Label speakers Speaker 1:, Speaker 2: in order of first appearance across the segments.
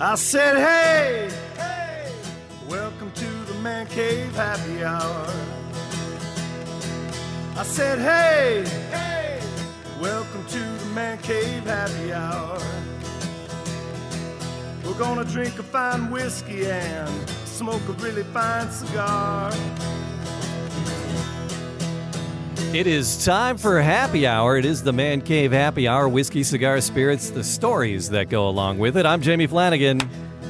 Speaker 1: I said, hey, hey, welcome to the Man Cave Happy Hour. I said, hey, hey, welcome to the Man Cave Happy Hour. We're gonna drink a fine whiskey and smoke a really fine cigar.
Speaker 2: It is time for happy hour. It is the Man Cave Happy Hour. Whiskey, cigar, spirits, the stories that go along with it. I'm Jamie Flanagan,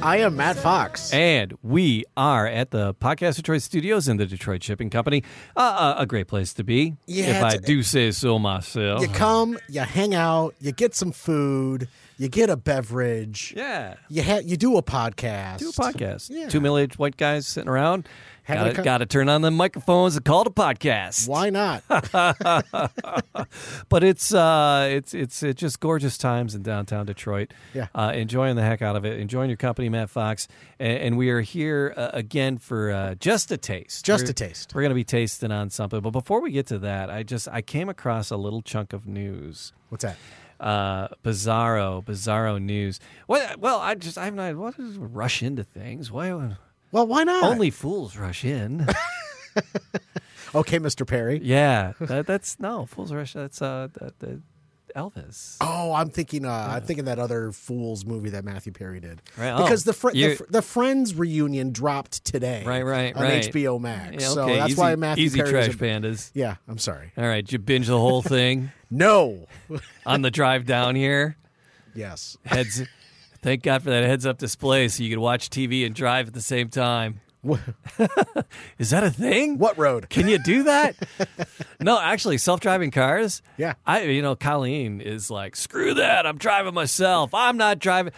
Speaker 3: I am Matt Fox.
Speaker 2: and we are at the Podcast Detroit Studios and the Detroit Shipping Company. Uh, uh, a great place to be,
Speaker 3: Yeah,
Speaker 2: if I
Speaker 3: it's-
Speaker 2: do say so myself.
Speaker 3: You come, you hang out, you get some food, you get a beverage,
Speaker 2: yeah.
Speaker 3: you ha- you do a podcast.
Speaker 2: Do a podcast.
Speaker 3: Yeah.
Speaker 2: Two middle-aged white guys sitting around.
Speaker 3: Having a
Speaker 2: Gotta,
Speaker 3: co-
Speaker 2: gotta turn on the microphones and call it a podcast.
Speaker 3: Why not?
Speaker 2: But it's uh, it's it's it's just gorgeous times in downtown Detroit.
Speaker 3: Yeah.
Speaker 2: uh, enjoying the heck out of it. Enjoying your company, Matt Fox, and, and we are here uh, again for uh, just a taste.
Speaker 3: Just
Speaker 2: We're-
Speaker 3: a taste.
Speaker 2: We're going to be tasting on something. But before we get to that, I just I came across a little chunk of news.
Speaker 3: What's that?
Speaker 2: Uh, bizarro, bizarro news. Well, well, I just I'm not. What is rush into things? Why would-
Speaker 3: Well, why not?
Speaker 2: only fools rush in?
Speaker 3: okay, Mr. Perry.
Speaker 2: yeah, that, that's no fools rush. That's uh, that, that Elvis.
Speaker 3: Oh, I'm thinking. Uh, I'm thinking that other Fools movie that Matthew Perry did.
Speaker 2: Right, oh,
Speaker 3: Because the, fr-
Speaker 2: you-
Speaker 3: the fr- the Friends reunion dropped today.
Speaker 2: Right, right,
Speaker 3: on
Speaker 2: right.
Speaker 3: HBO Max.
Speaker 2: Yeah,
Speaker 3: so
Speaker 2: okay,
Speaker 3: that's
Speaker 2: easy,
Speaker 3: why Matthew
Speaker 2: easy
Speaker 3: Perry.
Speaker 2: trash
Speaker 3: is a-
Speaker 2: pandas.
Speaker 3: yeah, I'm sorry.
Speaker 2: All right, you binge the whole thing
Speaker 3: No.
Speaker 2: on the drive down here.
Speaker 3: yes.
Speaker 2: Heads, thank God for that heads up display, so you could watch TV and drive at the same time.
Speaker 3: What,
Speaker 2: Is that a thing?
Speaker 3: what road?
Speaker 2: Can you do that? no, actually, self driving cars.
Speaker 3: Yeah.
Speaker 2: I you know Colleen is like screw that. I'm driving myself. I'm not driving.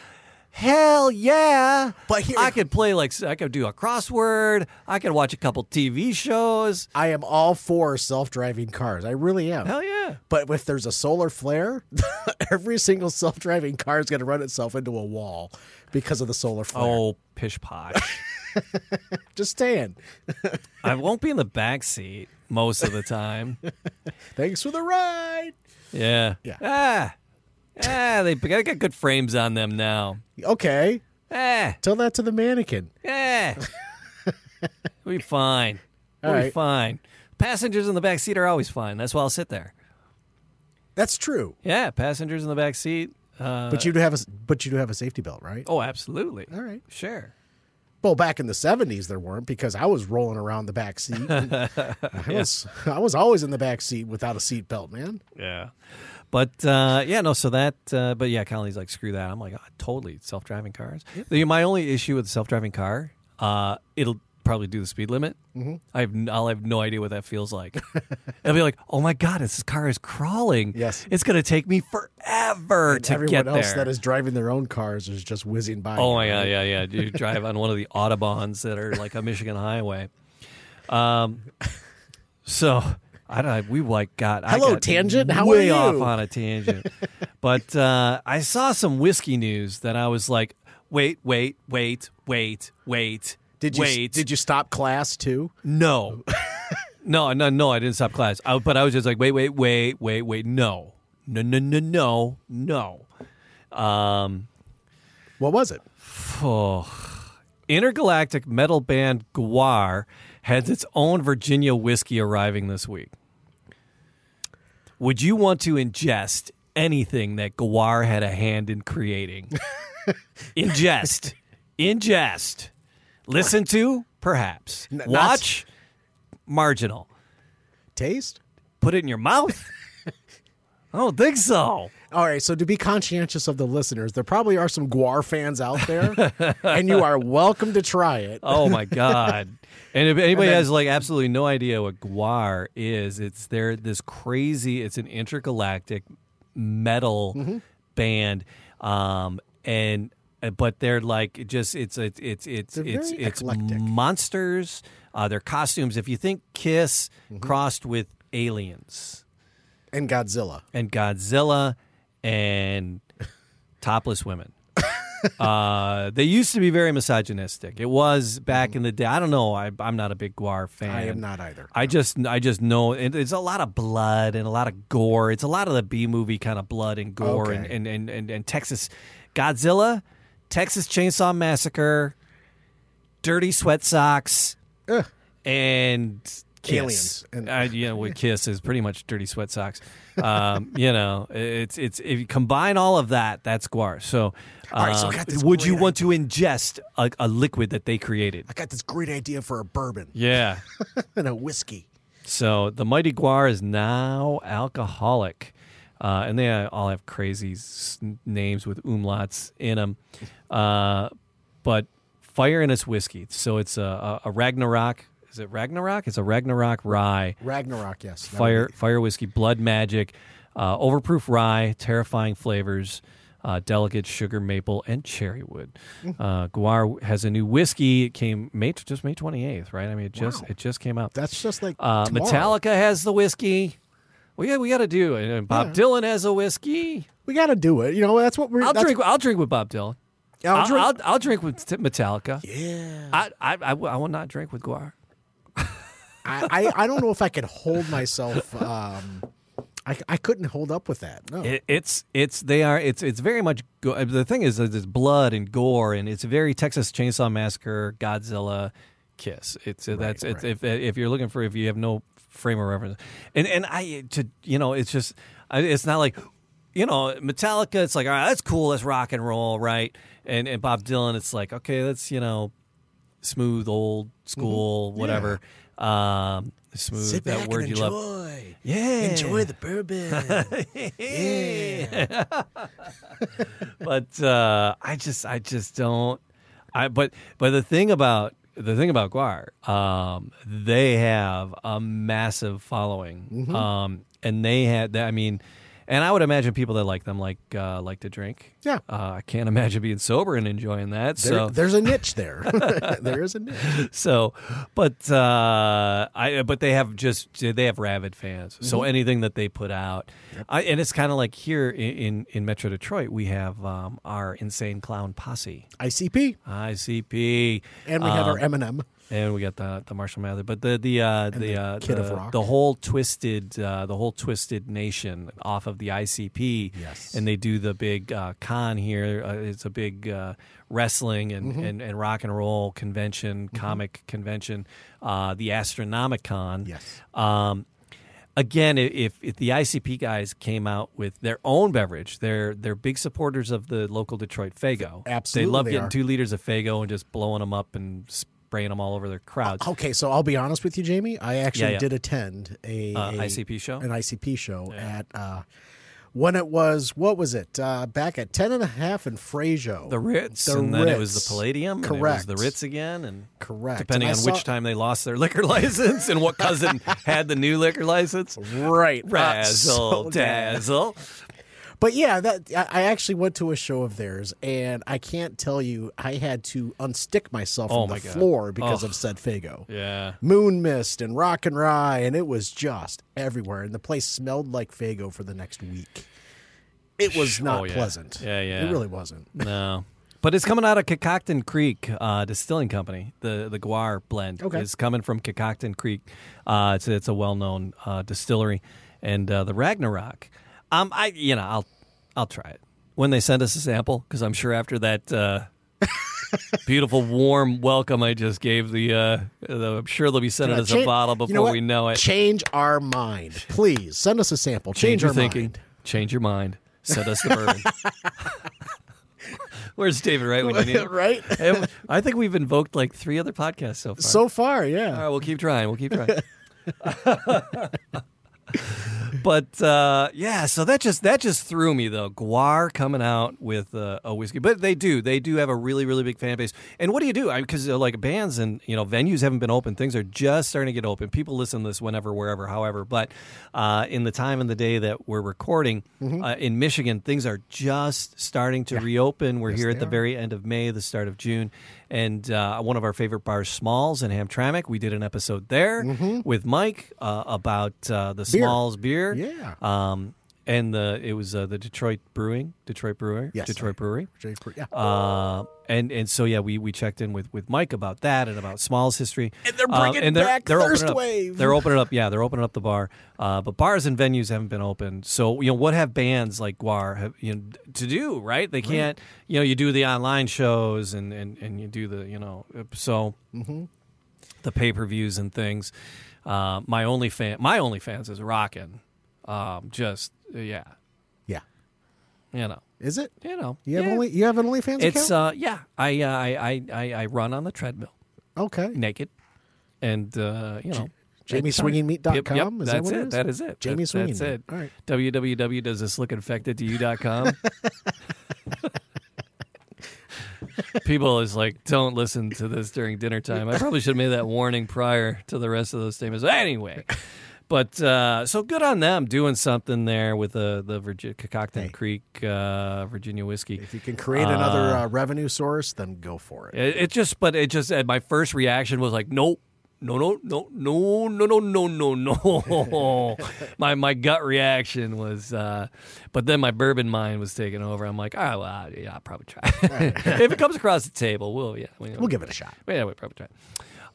Speaker 2: Hell yeah!
Speaker 3: But here-
Speaker 2: I could play like I could do a crossword. I could watch a couple TV shows.
Speaker 3: I am all for self-driving cars. I really am.
Speaker 2: Hell yeah!
Speaker 3: But if there's a solar flare, every single self driving car is going to run itself into a wall because of the solar flare.
Speaker 2: Oh, pish posh.
Speaker 3: Just saying.
Speaker 2: I won't be in the back seat most of the time.
Speaker 3: Thanks for the ride.
Speaker 2: Yeah.
Speaker 3: Yeah.
Speaker 2: Ah. Ah, they they got good frames on them now.
Speaker 3: Okay.
Speaker 2: Ah.
Speaker 3: Tell that to the mannequin.
Speaker 2: Yeah. we fine.
Speaker 3: All
Speaker 2: we
Speaker 3: right.
Speaker 2: fine. Passengers in the back seat are always fine. That's why I'll sit there.
Speaker 3: That's true.
Speaker 2: Yeah, passengers in the back seat. Uh,
Speaker 3: But you do have a but you do have a safety belt, right?
Speaker 2: oh, absolutely.
Speaker 3: All right.
Speaker 2: Sure.
Speaker 3: Well, back in the seventies there weren't because I was rolling around the back seat. I was I was always in the back seat without a seat belt, man.
Speaker 2: Yeah. But uh, yeah, no. So that, uh, but yeah, Colleen's like, screw that. I'm like, oh, totally self-driving cars. The- My only issue with a self-driving car, uh, it'll probably do the speed limit. Mm-hmm. I have, n- I'll have no idea what that feels like. I'll be like, oh my god, this car is crawling.
Speaker 3: Yes.
Speaker 2: it's gonna take me forever to
Speaker 3: Everyone
Speaker 2: get
Speaker 3: else
Speaker 2: there.
Speaker 3: that is driving their own cars is just whizzing by.
Speaker 2: Oh my god, yeah, yeah. You drive on one of the autobahns that are like a Michigan highway. Um, so I don't. We like got I
Speaker 3: Hello,
Speaker 2: got
Speaker 3: tangent. How
Speaker 2: way
Speaker 3: are you?
Speaker 2: off on a tangent, but uh, I saw some whiskey news that I was like, wait, wait, wait, wait, wait.
Speaker 3: Did you
Speaker 2: wait?
Speaker 3: did you stop class too?
Speaker 2: No, no, no, no. I didn't stop class, I, but I was just like, wait, wait, wait, wait, wait. No, no, no, no, no, no. Um.
Speaker 3: What was it?
Speaker 2: Intergalactic metal band Guar has its own Virginia whiskey arriving this week. Would you want to ingest anything that Guar had a hand in creating? ingest. Ingest. Listen to? Perhaps.
Speaker 3: not-
Speaker 2: Watch? Marginal.
Speaker 3: Taste?
Speaker 2: Put it in your mouth? I don't think so.
Speaker 3: All right, so to be conscientious of the listeners, there probably are some Guar fans out there, and you are welcome to try it.
Speaker 2: Oh my god! And if anybody has like absolutely no idea what guar is, it's there this crazy. It's an intergalactic metal
Speaker 3: Mm-hmm.
Speaker 2: band, um, and uh, but they're like just it's it's it's it's
Speaker 3: They're
Speaker 2: it's
Speaker 3: very
Speaker 2: it's
Speaker 3: eclectic.
Speaker 2: monsters. Uh, their costumes. If you think Kiss
Speaker 3: Mm-hmm.
Speaker 2: crossed with aliens
Speaker 3: And Godzilla.
Speaker 2: and Godzilla and topless women. uh, they used to be very misogynistic. It was back in the day. I don't know. I, I'm not a big Guar fan.
Speaker 3: I am not either.
Speaker 2: I just, I just know it, it's a lot of blood and a lot of gore. It's a lot of the B movie kind of blood and gore and,
Speaker 3: Okay.
Speaker 2: and, and, and, and Texas Godzilla Texas Chainsaw Massacre, Dirty Sweat Socks,
Speaker 3: Ugh.
Speaker 2: and Kiss.
Speaker 3: Aliens. And-
Speaker 2: Uh, yeah, well, Kiss is pretty much Dirty Sweat Socks. Um, you know, it's it's if you combine all of that, that's guar. So,
Speaker 3: right, so I
Speaker 2: um,
Speaker 3: got this
Speaker 2: would you
Speaker 3: great
Speaker 2: want to ingest a, a liquid that they created?
Speaker 3: I got this great idea for a bourbon
Speaker 2: Yeah.
Speaker 3: and a whiskey.
Speaker 2: So the mighty guar is now alcoholic, uh, and they all have crazy s- names with umlauts in them. Uh, but fire in its whiskey, so it's a, a, a Ragnarok. Is it Ragnarok? It's a Ragnarok rye.
Speaker 3: Ragnarok, yes. That
Speaker 2: Fire
Speaker 3: would
Speaker 2: fire whiskey, blood magic, uh, overproof rye, terrifying flavors. Uh, delicate sugar maple and cherry wood. Uh, Guar has a new whiskey. It came May just May twenty eighth, right? I mean, it just
Speaker 3: Wow.
Speaker 2: it just came out.
Speaker 3: be- That's just like
Speaker 2: Uh,
Speaker 3: tomorrow.
Speaker 2: Metallica has the whiskey. Well, yeah, we got to do. it. And Bob Dylan has a whiskey.
Speaker 3: We got to do it. You know, that's what we're.
Speaker 2: I'll
Speaker 3: that's-
Speaker 2: drink. I'll drink with Bob Dylan.
Speaker 3: I'll
Speaker 2: I'll
Speaker 3: drink-
Speaker 2: I'll, I'll drink with t- Metallica.
Speaker 3: yeah.
Speaker 2: I, I, I, w- I will not drink with Guar.
Speaker 3: I, I, I don't know if I could hold myself. Um, I, I couldn't hold up with that. No.
Speaker 2: It, it's it's they are it's it's very much go- uh, the thing is that there's blood and gore and it's very Texas Chainsaw Massacre, Godzilla, Kiss. It's uh, that's it's if if you're looking for if you have no frame of reference and and I uh, to you know it's just I- it's not like you know Metallica. It's like all right, that's cool, that's rock and roll, right? And and Bob Dylan, it's like okay, that's you know smooth old
Speaker 3: Mm-hmm.
Speaker 2: school, whatever. Um, smooth
Speaker 3: Sit
Speaker 2: that
Speaker 3: back
Speaker 2: word
Speaker 3: and
Speaker 2: you
Speaker 3: enjoy.
Speaker 2: love. Yeah,
Speaker 3: Enjoy the bourbon. yeah.
Speaker 2: but uh, I just I just don't. I but but the thing about the thing about Guar, um, they have a massive following, um, and they had that. I mean, and I would imagine people that like them like uh, like to drink.
Speaker 3: Yeah.
Speaker 2: uh, I can't imagine being sober and enjoying that.
Speaker 3: There,
Speaker 2: so
Speaker 3: There's a niche there. there is a niche.
Speaker 2: so but uh i but they have just they have rabid fans so anything that they put out I, and it's kind of like here in, in in metro detroit we have um our insane clown posse
Speaker 3: ICP.
Speaker 2: icp
Speaker 3: And we have our Eminem.
Speaker 2: Uh, and we got the the Marshall Mathers, but the the uh, the, uh,
Speaker 3: Kid
Speaker 2: the,
Speaker 3: of Rock.
Speaker 2: the whole twisted uh, the whole twisted nation off of the ICP.
Speaker 3: Yes.
Speaker 2: and they do the big uh, con here. Uh, it's a big uh, wrestling and,
Speaker 3: Mm-hmm.
Speaker 2: and, and rock and roll convention, comic convention, uh, the Astronomicon.
Speaker 3: Yes.
Speaker 2: Um, again, i- if, if the ICP guys came out with their own beverage, they're they're big supporters of the local Detroit Fago.
Speaker 3: Absolutely
Speaker 2: they love
Speaker 3: they
Speaker 2: getting
Speaker 3: are.
Speaker 2: two liters of Fago and just blowing them up and spraying them all over their crowds.
Speaker 3: Okay, so I'll be honest with you, Jamie. I actually
Speaker 2: yeah.
Speaker 3: did attend a,
Speaker 2: Uh,
Speaker 3: a-
Speaker 2: ICP show?
Speaker 3: an ICP show at uh, when it was what was it uh, back at ten and a half in Frazo.
Speaker 2: the Ritz,
Speaker 3: The
Speaker 2: and then it was
Speaker 3: Ritz.
Speaker 2: the Palladium,
Speaker 3: Correct.
Speaker 2: and it was the Ritz again, and
Speaker 3: Correct.
Speaker 2: Depending on
Speaker 3: And I
Speaker 2: which
Speaker 3: saw-
Speaker 2: time they lost their liquor license and what cousin had the new liquor license.
Speaker 3: right uh,
Speaker 2: Razzle
Speaker 3: so-
Speaker 2: dazzle.
Speaker 3: But yeah, that I I actually went to a show of theirs, and I can't tell you, I had to unstick myself
Speaker 2: Oh
Speaker 3: from
Speaker 2: my
Speaker 3: the
Speaker 2: God.
Speaker 3: floor because
Speaker 2: Ugh.
Speaker 3: of said Fago.
Speaker 2: Yeah.
Speaker 3: Moon mist and rock and rye, and it was just everywhere. And the place smelled like Fago for the next week. It was not
Speaker 2: Oh, yeah.
Speaker 3: pleasant.
Speaker 2: Yeah, yeah.
Speaker 3: It really wasn't.
Speaker 2: No. But it's coming out of Cococton Creek uh, Distilling Company. The the Guar blend
Speaker 3: Okay.
Speaker 2: is coming from Cococton Creek. Uh, it's it's a well known uh, distillery, and uh, the Ragnarok. Um, I you know I'll I'll try it when they send us a sample because I'm sure after that uh, beautiful warm welcome I just gave the, uh, the I'm sure they'll be sending us
Speaker 3: Cha-
Speaker 2: a bottle
Speaker 3: you
Speaker 2: before
Speaker 3: know what?
Speaker 2: we know it.
Speaker 3: Change our mind, please. Send us a sample. Change,
Speaker 2: your
Speaker 3: our
Speaker 2: thinking.
Speaker 3: mind.
Speaker 2: Change your mind. Send us the bourbon. Where's David? Right when you need him?
Speaker 3: right?
Speaker 2: And I think we've invoked like three other podcasts so far.
Speaker 3: So far,
Speaker 2: All
Speaker 3: yeah.
Speaker 2: right, we'll keep trying. We'll keep trying. but uh, yeah, so that just that just threw me though. Guar coming out with uh, a whiskey, but they do they do have a really really big fan base. And what do you do? Because like bands and you know venues haven't been open. Things are just starting to get open. People listen to this whenever, wherever, however. But uh, in the time and the day that we're recording
Speaker 3: Mm-hmm.
Speaker 2: uh, in Michigan, things are just starting to reopen. We're here at the very end of May, the start of June, and uh, one of our favorite bars, Smalls in Hamtramck. We did an
Speaker 3: Mm-hmm.
Speaker 2: episode there with Mike uh, about uh, the Smalls beer.
Speaker 3: Yeah.
Speaker 2: Um, and the it was uh, the Detroit Brewing, Detroit Brewer,
Speaker 3: Yes,
Speaker 2: Detroit
Speaker 3: sorry.
Speaker 2: Brewery.
Speaker 3: Jay Cre- Yeah.
Speaker 2: Uh, and and so yeah, we we checked in with with Mike about that and about Small's history.
Speaker 3: And they're
Speaker 2: Uh,
Speaker 3: bringing back
Speaker 2: opening
Speaker 3: Thirst
Speaker 2: up-
Speaker 3: Wave.
Speaker 2: They're opening up. Yeah, they're opening up the bar. Uh, but bars and venues haven't been open. So you know what have bands like Guar have you know, to do? Right? They can't. You know, you do the online shows and and and you do the you know so
Speaker 3: Mm-hmm.
Speaker 2: the pay per views and things. Uh, my only fan, my only fans is rocking. Um, just yeah,
Speaker 3: yeah.
Speaker 2: you know,
Speaker 3: Is it?
Speaker 2: you know,
Speaker 3: You have
Speaker 2: yeah.
Speaker 3: only you have an OnlyFans
Speaker 2: It's
Speaker 3: account?
Speaker 2: uh yeah. I uh, I, I I I run on the treadmill
Speaker 3: okay.
Speaker 2: naked, and uh, you know.
Speaker 3: JamieSwingingMeat.com?
Speaker 2: Yep, yep,
Speaker 3: Is that
Speaker 2: that's
Speaker 3: what it
Speaker 2: it.
Speaker 3: is?
Speaker 2: That is it.
Speaker 3: Jamie
Speaker 2: that,
Speaker 3: Sweeney.
Speaker 2: That's it.
Speaker 3: All right.
Speaker 2: www.doesthislookinfectedtoyou.com. People is like, don't listen to this during dinner time. I probably should have made that warning prior to the rest of those statements. Anyway, but uh, so good on them doing something there with the the Virginia Cockton
Speaker 3: Hey.
Speaker 2: Creek uh, Virginia whiskey.
Speaker 3: If you can create another uh, revenue source, then go for it.
Speaker 2: It, it just, but it just. uh, My first reaction was like, nope. No, no, no, no, no, no, no, no, no. my my gut reaction was, uh, but then my bourbon mind was taking over. I'm like, ah, well, I- yeah, I'll probably try. if it comes across the table, we'll yeah, we,
Speaker 3: We'll give it a shot.
Speaker 2: yeah, we probably try.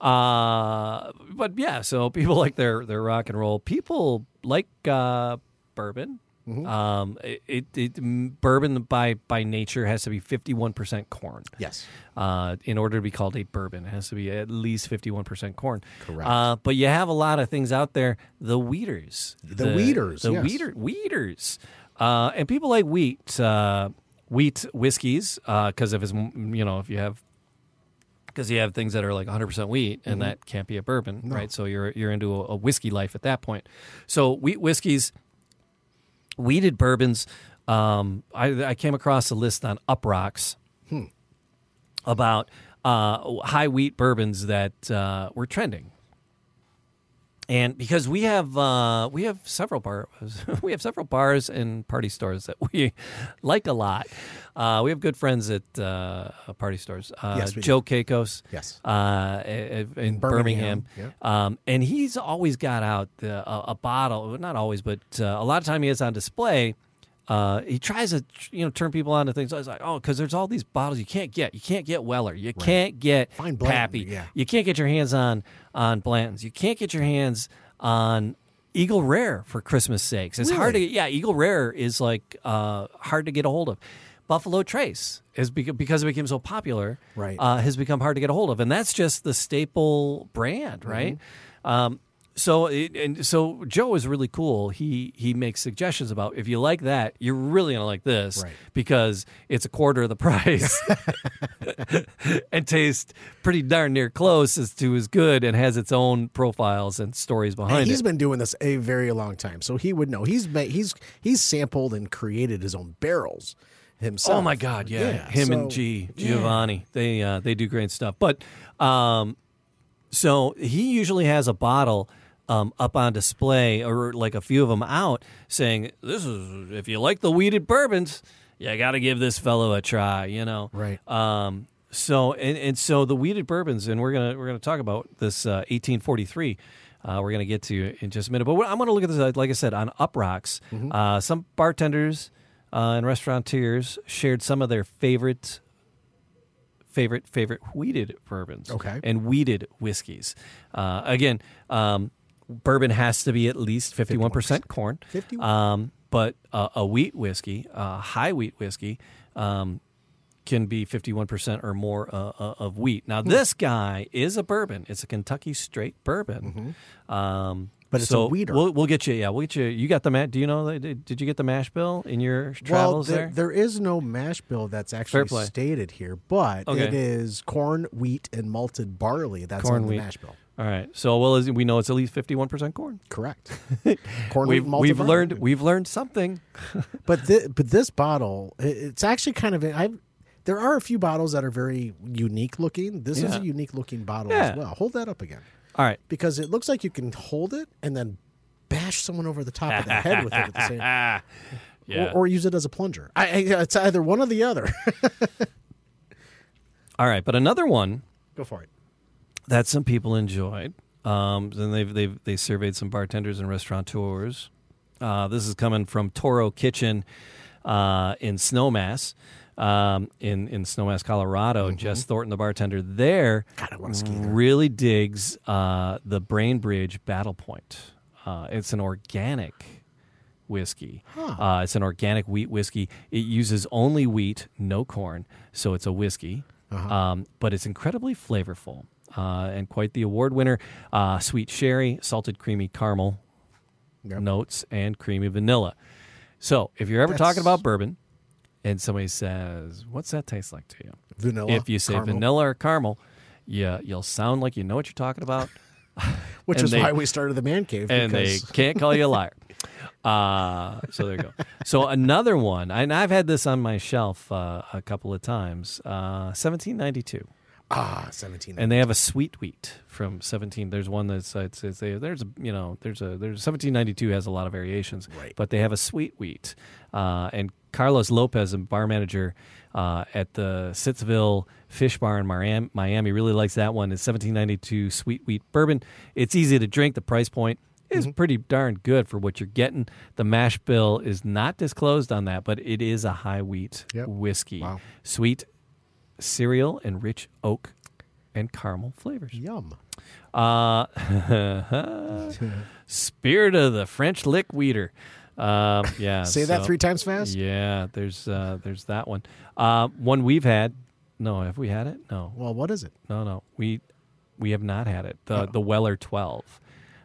Speaker 2: Uh, but yeah, so people like their their rock and roll. People like uh, bourbon.
Speaker 3: Mm-hmm.
Speaker 2: Um, it, it, it m- bourbon by by nature has to be 51 percent corn
Speaker 3: Yes.
Speaker 2: uh, in order to be called a bourbon. It has to be at least 51% corn.
Speaker 3: Correct.
Speaker 2: Uh, but you have a lot of things out there. The weeders.
Speaker 3: The weeders,
Speaker 2: The
Speaker 3: yes.
Speaker 2: weeder, weeders. Uh, and people like wheat, uh, wheat whiskeys, because if it's, you know, if you have. Because you have things that are like 100% wheat, and
Speaker 3: Mm-hmm.
Speaker 2: that can't be a bourbon, right? So you're you're into a, a whiskey life at that point. So wheat whiskeys, weeded bourbons. Um, I, I came across a list on Uprocks
Speaker 3: Hmm.
Speaker 2: about uh, high wheat bourbons that uh, were trending. And because we have uh, we have several bars we have several bars and party stores that we like a lot. Uh, we have good friends at uh, party stores. Uh,
Speaker 3: Yes, we do.
Speaker 2: Joe Keikos,
Speaker 3: Yes.
Speaker 2: uh, i- i- in
Speaker 3: Birmingham,
Speaker 2: Birmingham,
Speaker 3: yeah.
Speaker 2: um, and he's always got out the, a, a bottle. Not always, but uh, a lot of time he has on display. Uh, he tries to you know turn people on to things. I was like, oh, because there's all these bottles you can't get. You can't get Weller. You can't get
Speaker 3: Find Blanton,
Speaker 2: Pappy.
Speaker 3: yeah.
Speaker 2: You can't get your hands on on Blanton's. You can't get your hands on Eagle Rare for Christmas sakes. It's hard to
Speaker 3: Really?
Speaker 2: get. Yeah, Eagle Rare is like uh, hard to get a hold of. Buffalo Trace is beca- because it became so popular
Speaker 3: Right.
Speaker 2: uh, has become hard to get a hold of, and that's just the staple brand,
Speaker 3: Mm-hmm.
Speaker 2: right? Um, so it, and so Joe is really cool. He he makes suggestions about if you like that, you're really gonna like this
Speaker 3: Right.
Speaker 2: because it's a quarter of the price and tastes pretty darn near close as to as good and has its own profiles and stories behind
Speaker 3: He's
Speaker 2: it.
Speaker 3: been doing this a very long time, so he would know. He's made, he's he's sampled and created his own barrels himself.
Speaker 2: Oh my God, yeah, him and
Speaker 3: so-
Speaker 2: G Giovanni, they uh, they do great stuff. But um, so he usually has a bottle um, up on display, or like a few of them out, saying, "This is if you like the weeded bourbons, you got to give this fellow a try." You know,
Speaker 3: Right.
Speaker 2: Um, so and, and so the weeded bourbons, and we're gonna we're gonna talk about this uh, 1843. Uh, we're gonna get to in just a minute, but what, I'm gonna look at this. uh, Like I said, on Uprocks, uh, some bartenders uh, and restaurateurs shared some of their favorite favorite favorite weeded bourbons
Speaker 3: Okay.
Speaker 2: and weeded whiskeys uh, again um, bourbon has to be at least 51%, corn
Speaker 3: 51.
Speaker 2: Um, but uh, a wheat whiskey uh, high wheat whiskey um, can be 51% or more uh, uh, of wheat
Speaker 3: Hmm.
Speaker 2: now this guy is a bourbon it's a kentucky straight bourbon um,
Speaker 3: Mm-hmm. But it's a
Speaker 2: so
Speaker 3: weeder.
Speaker 2: We'll, we'll get you. Yeah, we'll get you. You got the mat. Do you know? the- Did did you get the mash bill in your
Speaker 3: Well,
Speaker 2: travels
Speaker 3: there,
Speaker 2: there?
Speaker 3: there is no mash bill that's
Speaker 2: Fair
Speaker 3: actually
Speaker 2: play.
Speaker 3: stated here, but
Speaker 2: Okay.
Speaker 3: it is corn, wheat, and malted barley. That's
Speaker 2: Corn,
Speaker 3: on the
Speaker 2: wheat.
Speaker 3: mash bill.
Speaker 2: All right. So well, as we know it's at least fifty-one percent corn.
Speaker 3: Correct. Corn,
Speaker 2: We've
Speaker 3: wheat, malted
Speaker 2: we've
Speaker 3: barley.
Speaker 2: learned we've learned something.
Speaker 3: but thi- but this bottle, i- it's actually kind of. I there are a few bottles that are very unique looking. This is
Speaker 2: Yeah.
Speaker 3: a unique looking bottle
Speaker 2: Yeah.
Speaker 3: as well. Hold that up again,
Speaker 2: All right.
Speaker 3: because it looks like you can hold it and then bash someone over the top of the head with it at the same, or, or use it as a plunger. I, I, it's either one or the other.
Speaker 2: All right. But another one
Speaker 3: Go for it.
Speaker 2: that some people enjoyed. Um, then they've they've they surveyed some bartenders and restaurateurs Uh, this is coming from Toro Kitchen uh, in Snowmass, um, in in Snowmass, Colorado. Jess Thornton, the bartender there, really digs uh, the Brainbridge Battle Point. Uh, it's an organic whiskey. Uh, it's an organic wheat whiskey. It uses only wheat, no corn, so it's a whiskey.
Speaker 3: Uh-huh.
Speaker 2: Um, but it's incredibly flavorful uh, and quite the award winner. Uh, sweet sherry, salted creamy caramel
Speaker 3: Yep.
Speaker 2: notes, and creamy vanilla. So if you're ever talking
Speaker 3: That's-
Speaker 2: about bourbon and somebody says, What's that taste like to you?
Speaker 3: Vanilla.
Speaker 2: if you say
Speaker 3: caramel,
Speaker 2: vanilla or caramel, yeah, you'll sound like you know what you're talking about,
Speaker 3: which
Speaker 2: and
Speaker 3: is
Speaker 2: they-
Speaker 3: why we started the man cave.
Speaker 2: and they
Speaker 3: because
Speaker 2: can't call you a liar. Uh, so there you go. So another one, and I've had this on my shelf uh, a couple of times. Uh, 1792,
Speaker 3: ah, seventeen.
Speaker 2: and they have a sweet wheat from 17. There's one that's it's, it's they, there's a you know there's a there's 1792 has a lot of variations,
Speaker 3: Right.
Speaker 2: but they have a sweet wheat. Uh, and Carlos Lopez, a bar manager uh, at the Sittsville Fish Bar in Miami, Miami, really likes that one. It's 1792 sweet wheat bourbon. It's easy to drink. The price point is
Speaker 3: Mm-hmm.
Speaker 2: pretty darn good for what you're getting. The mash bill is not disclosed on that, but it is a high wheat
Speaker 3: Yep.
Speaker 2: whiskey.
Speaker 3: Wow.
Speaker 2: Sweet cereal and rich oak and caramel flavors.
Speaker 3: Yum.
Speaker 2: Uh, Spirit of the French lick weeder. Um, yeah.
Speaker 3: Say that
Speaker 2: so-
Speaker 3: three times fast.
Speaker 2: Yeah, there's uh, there's that one. Uh, one we've had. No, have we had it? No,
Speaker 3: Well, what is it?
Speaker 2: no, no. We we have not had it. The the Weller twelve.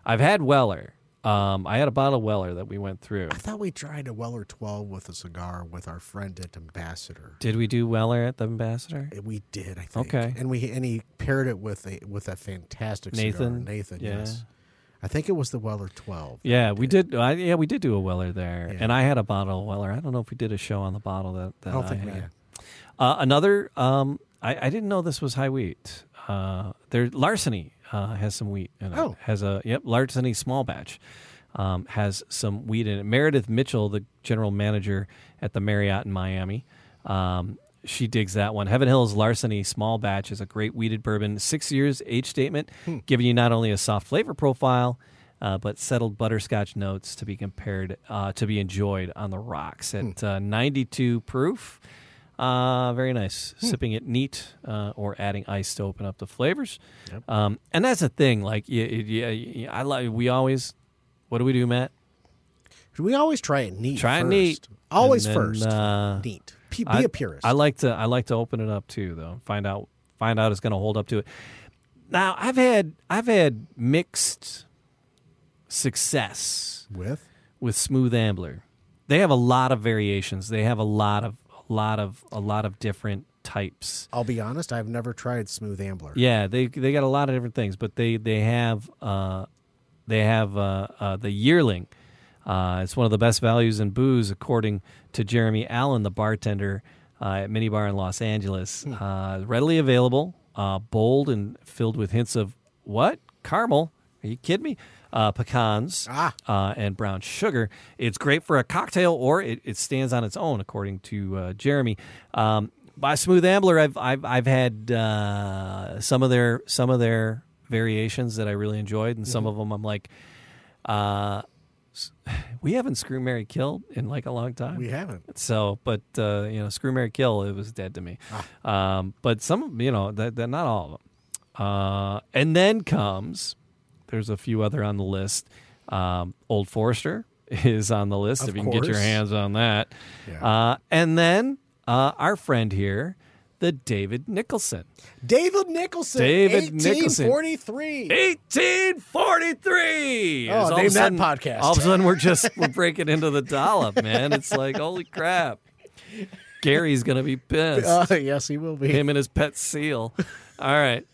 Speaker 2: I've had Weller. Um, I had a bottle of Weller that we went through.
Speaker 3: I thought we tried a Weller twelve with a cigar with our friend at Ambassador.
Speaker 2: Did we do Weller at the Ambassador?
Speaker 3: We did, I think.
Speaker 2: Okay.
Speaker 3: And we and he paired it with a with a fantastic cigar.
Speaker 2: Nathan?
Speaker 3: Nathan,
Speaker 2: Yeah.
Speaker 3: yes. I think it was the Weller twelve.
Speaker 2: Yeah, we did. I, yeah, we did do a Weller there,
Speaker 3: Yeah.
Speaker 2: and I had a bottle of Weller. I don't know if we did a show on the bottle that, that
Speaker 3: I don't think we
Speaker 2: had.
Speaker 3: had.
Speaker 2: Uh, another, um, I, I didn't know this was high wheat. Uh, there, larceny uh, has some wheat. In it.
Speaker 3: Oh.
Speaker 2: has a yep, larceny small batch um, has some wheat in it. Meredith Mitchell, the general manager at the Marriott in Miami, um, she digs that one. Heaven Hills Larceny Small Batch is a great wheated bourbon, six years age statement, giving you not only a soft flavor profile. Uh, but settled butterscotch notes to be compared uh, to be enjoyed on the rocks at uh, 92 proof. Uh, very nice.
Speaker 3: Hmm.
Speaker 2: Sipping it neat uh, or adding ice to open up the flavors. Um, and that's the thing. Like, yeah, yeah, yeah I like. We always. What do we do, Matt?
Speaker 3: We always try it neat.
Speaker 2: Try it
Speaker 3: first.
Speaker 2: neat.
Speaker 3: Always
Speaker 2: And then,
Speaker 3: first.
Speaker 2: uh,
Speaker 3: neat. P- be
Speaker 2: I-
Speaker 3: a purist.
Speaker 2: I like to. I like to open it up too, though. Find out. Find out it's going to hold up to it. Now, I've had. I've had mixed success
Speaker 3: with
Speaker 2: with Smooth Ambler. They have a lot of variations. They have a lot of a lot of a lot of different types.
Speaker 3: I'll be honest, I've never tried Smooth Ambler.
Speaker 2: Yeah, they they got a lot of different things, but they they have uh, they have uh, uh, the yearling. Uh, it's one of the best values in booze, according to Jeremy Allen, the bartender uh, at Mini Bar in Los Angeles. Uh, readily available, uh, bold and filled with hints of what caramel? Are you kidding me? Uh, pecans
Speaker 3: Ah.
Speaker 2: uh, and brown sugar. It's great for a cocktail, or it, it stands on its own, according to uh, Jeremy. Um, by Smooth Ambler, I've I've, I've had uh, some of their some of their variations that I really enjoyed, and some of them I'm like, uh, s- we haven't screw Mary killed in like a long time.
Speaker 3: We haven't.
Speaker 2: So, but uh, you know, screw Mary Kill, it was dead to me.
Speaker 3: Ah.
Speaker 2: Um, but some, you know, that, that not all of them. Uh, and then comes, there's a few other on the list. Um, Old Forester is on the list
Speaker 3: Of
Speaker 2: if you can get your
Speaker 3: course.
Speaker 2: hands on that.
Speaker 3: Yeah.
Speaker 2: Uh, and then uh, our friend here, the David Nicholson,
Speaker 3: David Nicholson.
Speaker 2: David
Speaker 3: 1843.
Speaker 2: 1843.
Speaker 3: Oh,
Speaker 2: All of a
Speaker 3: name that
Speaker 2: sudden-
Speaker 3: podcast.
Speaker 2: All of a sudden, we're just we're breaking into the dollop, man. It's like holy crap. Gary's gonna be pissed.
Speaker 3: Uh, yes, he will be.
Speaker 2: Him and his pet seal. All right.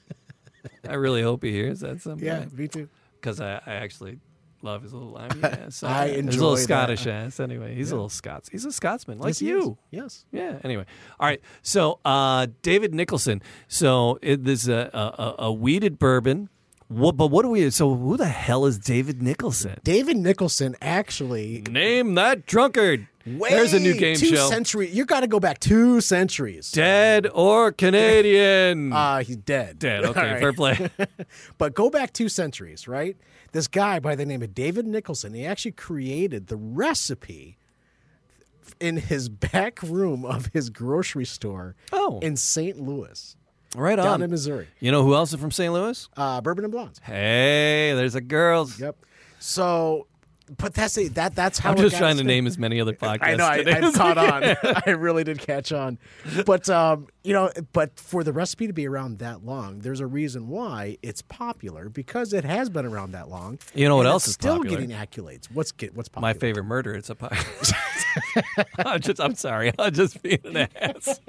Speaker 2: I really hope he hears that someday.
Speaker 3: Yeah, me too.
Speaker 2: Because I, I actually love his little limey ass.
Speaker 3: I
Speaker 2: his
Speaker 3: enjoy
Speaker 2: little
Speaker 3: that.
Speaker 2: Scottish ass. Anyway, he's a little Scots. He's a Scotsman like
Speaker 3: Yes, he
Speaker 2: you.
Speaker 3: is. Yes.
Speaker 2: Yeah. Anyway, all right. So uh, David Nicholson. So it, this is a, a, a- a weeded bourbon What? But what do we? So who the hell is David Nicholson?
Speaker 3: David Nicholson actually
Speaker 2: Name that drunkard.
Speaker 3: way
Speaker 2: Mm. There's a new game
Speaker 3: two
Speaker 2: show.
Speaker 3: Century, you got to go back two centuries.
Speaker 2: Dead or Canadian?
Speaker 3: Ah, he's dead.
Speaker 2: Dead. Okay,
Speaker 3: All right.
Speaker 2: fair play.
Speaker 3: But go back two centuries, right? This guy by the name of David Nicholson, he actually created the recipe in his back room of his grocery store
Speaker 2: Oh. Um,
Speaker 3: in St. Louis,
Speaker 2: Right
Speaker 3: down
Speaker 2: on.
Speaker 3: in Missouri.
Speaker 2: You know who else is from St. Louis?
Speaker 3: Uh, bourbon and blondes.
Speaker 2: Hey, there's a girls.
Speaker 3: Yep. So, but that's a, that. That's how
Speaker 2: I'm
Speaker 3: it
Speaker 2: just
Speaker 3: got
Speaker 2: trying to
Speaker 3: started.
Speaker 2: name as many other podcasts.
Speaker 3: I know. I,
Speaker 2: today
Speaker 3: I
Speaker 2: as
Speaker 3: caught on. I really did catch on. But um, you know, but for the recipe to be around that long, there's a reason why it's popular because it has been around that long.
Speaker 2: You know what
Speaker 3: and
Speaker 2: else
Speaker 3: it's
Speaker 2: is
Speaker 3: still
Speaker 2: popular?
Speaker 3: getting accolades? What's get, what's
Speaker 2: my
Speaker 3: popular?
Speaker 2: favorite murder. It's a podcast. I'm just, I'm sorry. I'm just being an ass.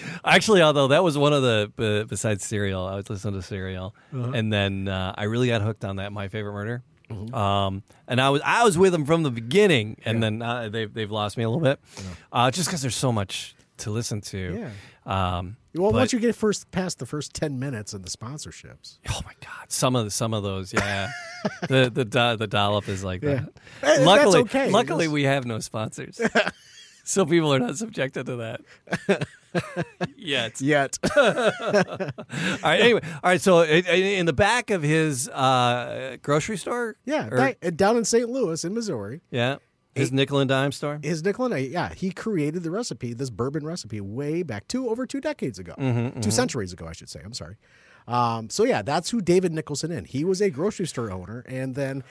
Speaker 2: Actually, although that was one of the b- besides Serial, I was listening to Serial,
Speaker 3: Uh-huh.
Speaker 2: and then uh, I really got hooked on that. My favorite murder.
Speaker 3: Mm-hmm.
Speaker 2: Um, and I was I was with them from the beginning, and then uh, they've they've lost me a little bit, uh, just because there's so much to listen to. Yeah. Um,
Speaker 3: Well,
Speaker 2: but-
Speaker 3: once you get first past the first ten minutes and the sponsorships,
Speaker 2: Oh my God! Some of the, some of those, yeah. the the do- the dollop is like
Speaker 3: Yeah. Eh,
Speaker 2: that.
Speaker 3: that's
Speaker 2: Luckily,
Speaker 3: okay.
Speaker 2: luckily
Speaker 3: That's-
Speaker 2: we have no sponsors, so people are not subjected to that yet.
Speaker 3: yet
Speaker 2: All right. Anyway, all right. So i- i- in the back of his uh, grocery store,
Speaker 3: yeah,
Speaker 2: Or-
Speaker 3: that- down in St. Louis in Missouri,
Speaker 2: yeah, his nickel and dime store.
Speaker 3: his nickel and Dime- yeah, he created the recipe, this bourbon recipe, way back two over two decades ago,
Speaker 2: Mm-hmm,
Speaker 3: 2 centuries ago, I should say. I'm sorry. Um, so yeah, that's who David Nicholson in. He was a grocery store owner, and then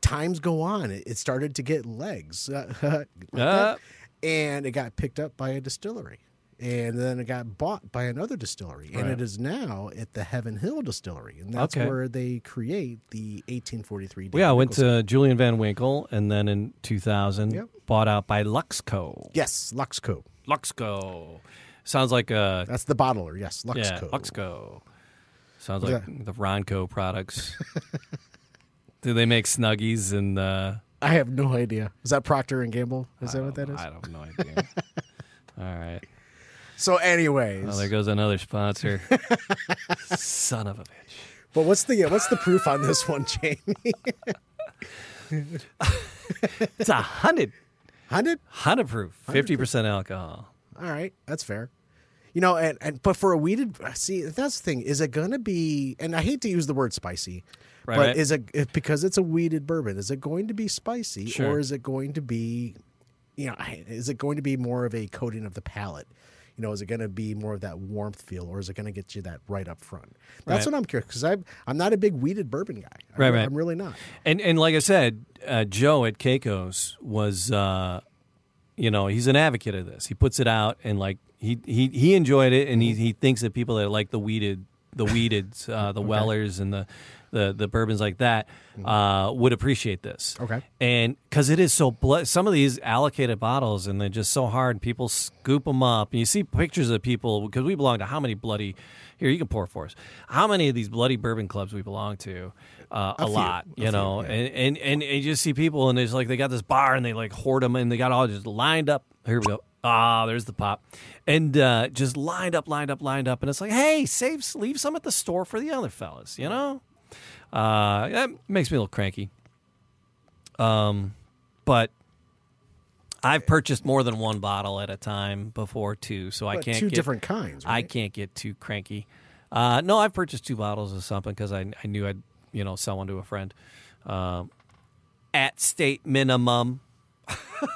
Speaker 3: times go on, it, it started to get legs, uh, like that. and it got picked up by a distillery. And then it got bought by another distillery, and it is now at the Heaven Hill Distillery, and that's
Speaker 2: Okay.
Speaker 3: where they create the 1843. David
Speaker 2: Yeah, I went
Speaker 3: Nicholson.
Speaker 2: to Julian Van Winkle, and then in 2000,
Speaker 3: Yep.
Speaker 2: bought out by Luxco.
Speaker 3: yes, Luxco.
Speaker 2: Luxco sounds like a
Speaker 3: That's the bottler. Yes, Luxco.
Speaker 2: Yeah, Luxco. Sounds like
Speaker 3: that?
Speaker 2: the Ronco products. Do they make Snuggies and uh,
Speaker 3: I have no idea. Is that Procter and Gamble? Is that what that is?
Speaker 2: I don't know. Idea. All right.
Speaker 3: So, anyways,
Speaker 2: Well, there goes another sponsor. Son of a bitch.
Speaker 3: but what's the uh, what's the proof on this one, Jamie?
Speaker 2: It's a hundred,
Speaker 3: Hundred.
Speaker 2: hundred proof, fifty percent alcohol.
Speaker 3: All right, that's fair. You know, and, and but for a weeded, see, that's the thing. Is it going to be? And I hate to use the word spicy,
Speaker 2: Right,
Speaker 3: but
Speaker 2: right.
Speaker 3: is it if, because it's a weeded bourbon? Is it going to be spicy,
Speaker 2: Sure.
Speaker 3: or is it going to be, you know, is it going to be more of a coating of the palate? You know, is it going to be more of that warmth feel, or is it going to get you that right up front? That's
Speaker 2: Right.
Speaker 3: what I'm curious because I'm I'm not a big weeded bourbon guy. I
Speaker 2: Right,
Speaker 3: re-
Speaker 2: right.
Speaker 3: I'm really not.
Speaker 2: And and like I said, uh, Joe at Keiko's was, uh, you know, he's an advocate of this. He puts it out and like he he, he enjoyed it, and he, he thinks that people that like the weeded the weeded uh, the Wellers and the, the the bourbons like that uh, would appreciate this.
Speaker 3: Okay.
Speaker 2: and because it is so bl- some of these allocated bottles and they're just so hard. People scoop them up, and you see pictures of people because we belong to how many bloody here you can pour for us. How many of these bloody bourbon clubs we belong to? Uh, a,
Speaker 3: few.
Speaker 2: lot, you
Speaker 3: A few,
Speaker 2: know,
Speaker 3: yeah.
Speaker 2: and, and and and you just see people and there's like they got this bar and they like hoard them and they got all just lined up. Here we go. Ah, there's the pop, and uh, just lined up, lined up, lined up, and it's like, hey, save, leave some at the store for the other fellas, you know. Uh, that makes me a little cranky. Um, but I've purchased more than one bottle at a time before too, so I
Speaker 3: But
Speaker 2: can't
Speaker 3: two
Speaker 2: get,
Speaker 3: different kinds.
Speaker 2: I
Speaker 3: Right?
Speaker 2: can't get too cranky. Uh, no, I've purchased two bottles of something because I, I knew I'd you know sell one to a friend. Um, at state minimum.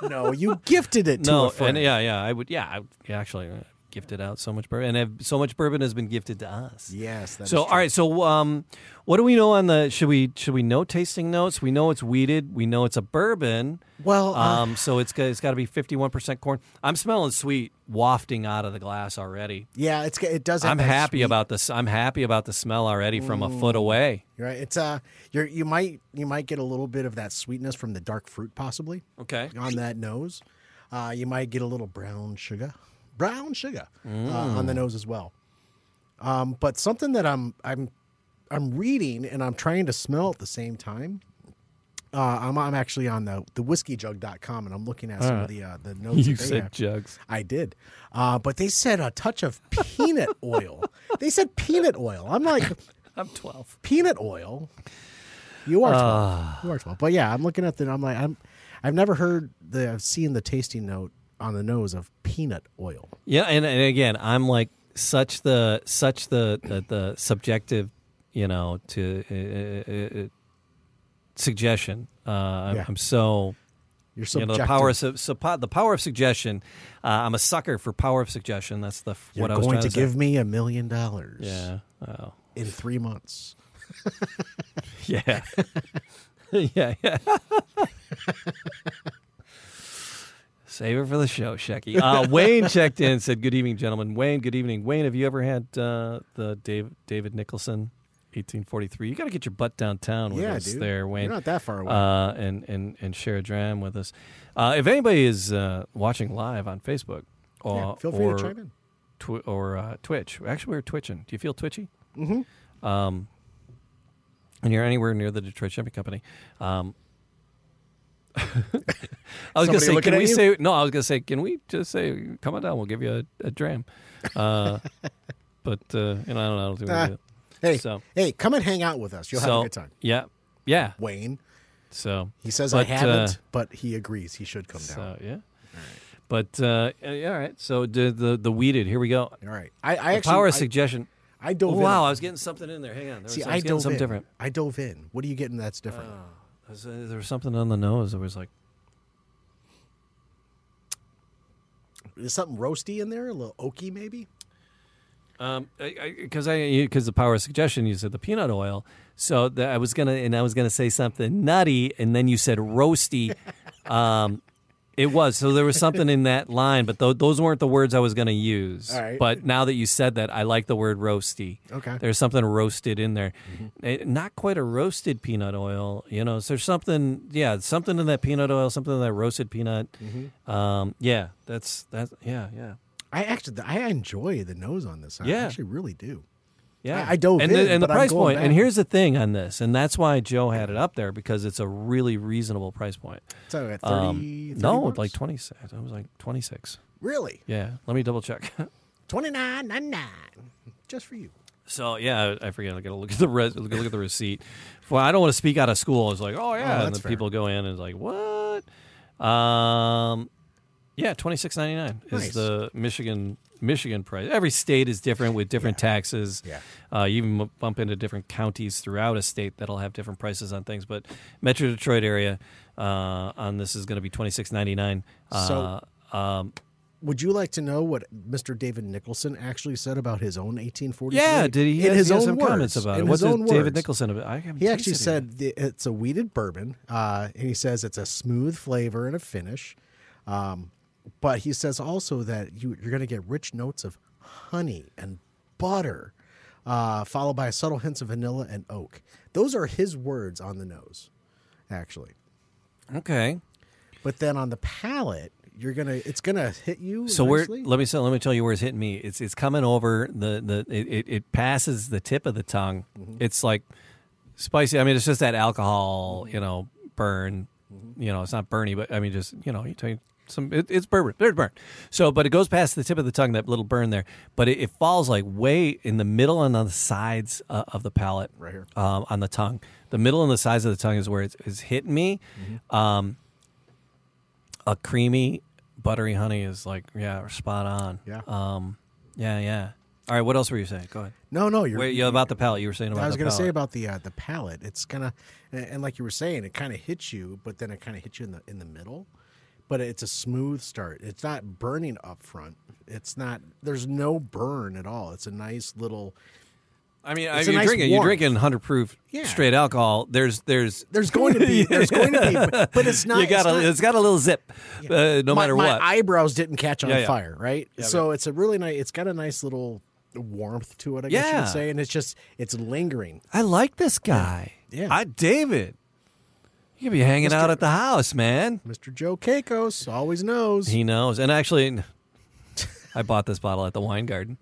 Speaker 3: no, you gifted it to
Speaker 2: no,
Speaker 3: a friend.
Speaker 2: and yeah, yeah, I would. Yeah, I would- yeah, actually, uh, gifted out so much bourbon, and have, so much bourbon has been gifted to us.
Speaker 3: Yes. that's
Speaker 2: So all right, so um, what do we know on the? Should we should we know tasting notes? We know it's weeded. We know it's a bourbon.
Speaker 3: Well, uh,
Speaker 2: um, so it's got, it's got to be fifty one percent corn. I'm smelling sweet wafting out of the glass already.
Speaker 3: yeah, it's it does. have
Speaker 2: I'm
Speaker 3: that
Speaker 2: happy
Speaker 3: sweet-
Speaker 2: about this. I'm happy about the smell already from a foot away.
Speaker 3: Right. It's uh, you're you might you might get a little bit of that sweetness from the dark fruit possibly
Speaker 2: Okay.
Speaker 3: on that nose. Uh, you might get a little brown sugar, brown sugar
Speaker 2: Mm.
Speaker 3: uh, on the nose as well. Um, but something that I'm I'm I'm reading and I'm trying to smell at the same time. Uh, I'm, I'm actually on the the whiskeyjug.com and I'm looking at some of the uh, the notes.
Speaker 2: You
Speaker 3: that they
Speaker 2: said
Speaker 3: have.
Speaker 2: jugs.
Speaker 3: I did. Uh, but they said a touch of peanut oil. They said peanut oil. I'm like,
Speaker 2: I'm 12.
Speaker 3: peanut oil. You are
Speaker 2: Ah.
Speaker 3: twelve. You are twelve. But yeah, I'm looking at the. I'm like, I'm. I've never heard the. I've seen the tasting note on the nose of peanut oil.
Speaker 2: Yeah, and, and again, I'm like such the such the the, the subjective, you know, to uh, uh, uh, suggestion. Uh, I'm,
Speaker 3: Yeah.
Speaker 2: I'm so
Speaker 3: You're
Speaker 2: you know
Speaker 3: subjective.
Speaker 2: the power of su- suppo- the power of suggestion. Uh, I'm a sucker for power of suggestion. That's the f-
Speaker 3: You're
Speaker 2: what I was
Speaker 3: going
Speaker 2: trying
Speaker 3: to
Speaker 2: to,
Speaker 3: give me a million dollars.
Speaker 2: Say. Yeah. Oh.
Speaker 3: In three months.
Speaker 2: Yeah. yeah. Yeah. Save it for the show, Shecky. Uh, Wayne checked in, said, "Good evening, gentlemen." Wayne, good evening. Wayne, have you ever had uh, the Dave, David Nicholson, 1843? You got to get your butt downtown with
Speaker 3: yeah,
Speaker 2: us
Speaker 3: dude.
Speaker 2: there, Wayne
Speaker 3: You're not that far away.
Speaker 2: uh, and and and share a dram with us. Uh, if anybody is uh, watching live on Facebook or
Speaker 3: Yeah, feel free to
Speaker 2: or
Speaker 3: chime in.
Speaker 2: Twi- or uh, Twitch, actually we're twitching. Do you feel twitchy? Mm-hmm. Um, and you're anywhere near the Detroit Shipping Company. Um, I was
Speaker 3: Somebody
Speaker 2: gonna say,
Speaker 3: looking
Speaker 2: can
Speaker 3: at
Speaker 2: we
Speaker 3: you?
Speaker 2: say no? I was gonna say, can we just say, come on down, we'll give you a, a dram. Uh, but uh, you know, I don't, know, I don't think we
Speaker 3: Ah,
Speaker 2: do.
Speaker 3: hey,
Speaker 2: so-
Speaker 3: hey, come and hang out with us. You'll have a good time.
Speaker 2: yeah, yeah.
Speaker 3: Wayne.
Speaker 2: So
Speaker 3: He says I
Speaker 2: but,
Speaker 3: haven't,
Speaker 2: uh,
Speaker 3: but he agrees he should come down.
Speaker 2: So yeah. But uh, uh, yeah, all right. So the the, the weeded. Here we go.
Speaker 3: All right. I, I actually
Speaker 2: Power
Speaker 3: I,
Speaker 2: of suggestion.
Speaker 3: I dove
Speaker 2: Oh,
Speaker 3: in.
Speaker 2: wow, I was getting something in there. Hang on. There
Speaker 3: See,
Speaker 2: was, I
Speaker 3: I
Speaker 2: was getting
Speaker 3: dove
Speaker 2: something
Speaker 3: in.
Speaker 2: different.
Speaker 3: I dove in. What are you getting that's different?
Speaker 2: There was, uh, there was something on the nose that was like,
Speaker 3: Is something roasty in there? A little oaky maybe?
Speaker 2: um, because I because the power of suggestion. You said the peanut oil. So the, I was gonna and I was gonna say something nutty, and then you said roasty. um, it was so there was something in that line, but tho- those weren't the words I was gonna use.
Speaker 3: All right.
Speaker 2: But now that you said that, I like the word roasty.
Speaker 3: Okay. Mm-hmm.
Speaker 2: There's something roasted in there. Eh, Not quite a roasted peanut oil, you know. So there's something, yeah, something in that peanut oil, something in that roasted peanut.
Speaker 3: Mm-hmm.
Speaker 2: Um, yeah, that's that's yeah, yeah,
Speaker 3: I actually I enjoy the nose on this. I
Speaker 2: Yeah.
Speaker 3: actually really do.
Speaker 2: yeah.
Speaker 3: I- I dove
Speaker 2: and
Speaker 3: in,
Speaker 2: the, and the
Speaker 3: but I'm
Speaker 2: price
Speaker 3: going
Speaker 2: point. And
Speaker 3: back.
Speaker 2: here's the thing on this, and that's why Joe had it up there because it's a really reasonable price point.
Speaker 3: So at 30,
Speaker 2: Um,
Speaker 3: 30
Speaker 2: no,
Speaker 3: bucks?
Speaker 2: like twenty six. I was like twenty six.
Speaker 3: Really?
Speaker 2: Yeah, let me double check.
Speaker 3: Twenty nine ninety nine. Just for you.
Speaker 2: So yeah, I I forget. I gotta look at the res- look at the receipt. Well, I don't want to speak out of school. It's like, oh yeah, and
Speaker 3: that's
Speaker 2: then
Speaker 3: fair.
Speaker 2: people go in and it's like, what? Um, yeah, twenty six ninety nine is
Speaker 3: Nice.
Speaker 2: the Michigan Michigan price. Every state is different with different taxes.
Speaker 3: Yeah.
Speaker 2: uh, you even m- bump into different counties throughout a state that'll have different prices on things. But Metro Detroit area uh, on this is going to be twenty six ninety nine.
Speaker 3: So-
Speaker 2: uh, um,
Speaker 3: Would you like to know what Mr. David Nicholson actually said about his own 1843?
Speaker 2: yeah, did he
Speaker 3: in
Speaker 2: has-
Speaker 3: his
Speaker 2: he has
Speaker 3: own
Speaker 2: some
Speaker 3: words,
Speaker 2: comments about
Speaker 3: in
Speaker 2: it?
Speaker 3: his
Speaker 2: What did
Speaker 3: own
Speaker 2: David
Speaker 3: words.
Speaker 2: Nicholson about? I haven't
Speaker 3: He actually
Speaker 2: tasted it yet.
Speaker 3: said the, it's a weeded bourbon, uh, and he says it's a smooth flavor and a finish. Um, but he says also that you, you're going to get rich notes of honey and butter, uh, followed by subtle hints of vanilla and oak. Those are his words on the nose, actually.
Speaker 2: Okay.
Speaker 3: But then on the palate, you're gonna it's gonna hit you.
Speaker 2: So where
Speaker 3: nicely.
Speaker 2: let me say, let me tell you where it's hitting me. It's it's coming over the the it, it, it passes the tip of the tongue. It's like spicy. I mean, it's just that alcohol, you know, burn. You know, it's not burny, but I mean, just you know, you take some. It, it's bourbon. There's burn. So, but it goes past the tip of the tongue, that little burn there. But it, it falls like way in the middle and on the sides uh, of the palate,
Speaker 3: Right here.
Speaker 2: um, on the tongue. The middle and the sides of the tongue is where it's, it's hitting me.
Speaker 3: Mm-hmm.
Speaker 2: Um, a creamy, buttery honey is like yeah, spot on.
Speaker 3: Yeah.
Speaker 2: Um, yeah, yeah. All right, what else were you saying? Go ahead.
Speaker 3: no, no, you're,
Speaker 2: Wait, yeah, about the palate. You were saying about
Speaker 3: I was
Speaker 2: the
Speaker 3: going to say
Speaker 2: palate.
Speaker 3: about the uh, the palate. It's gonna, and, and like you were saying, it kind of hits you, but then it kind of hits you in the in the middle. But it's a smooth start. It's not burning up front. It's not. There's no burn at all. It's a nice little.
Speaker 2: I mean,
Speaker 3: it's
Speaker 2: if
Speaker 3: a
Speaker 2: you're
Speaker 3: nice
Speaker 2: drinking, you're
Speaker 3: warmth.
Speaker 2: drinking hundred proof
Speaker 3: Yeah.
Speaker 2: straight alcohol. There's, there's,
Speaker 3: There's going to be. There's going to be. But, but it's not.
Speaker 2: you got
Speaker 3: it's
Speaker 2: a,
Speaker 3: not-
Speaker 2: it's got a little zip, uh, no
Speaker 3: my,
Speaker 2: matter
Speaker 3: my
Speaker 2: what.
Speaker 3: eyebrows didn't catch on
Speaker 2: Yeah, yeah.
Speaker 3: fire, right? so it's a really nice. It's got a nice little warmth to it. I guess you
Speaker 2: Yeah.
Speaker 3: would say, and it's just it's lingering.
Speaker 2: I like this guy.
Speaker 3: Yeah.
Speaker 2: I David. You could be hanging out at the house, man.
Speaker 3: Mr. Joe Kakos always knows.
Speaker 2: He knows. And actually, I bought this bottle at the wine garden.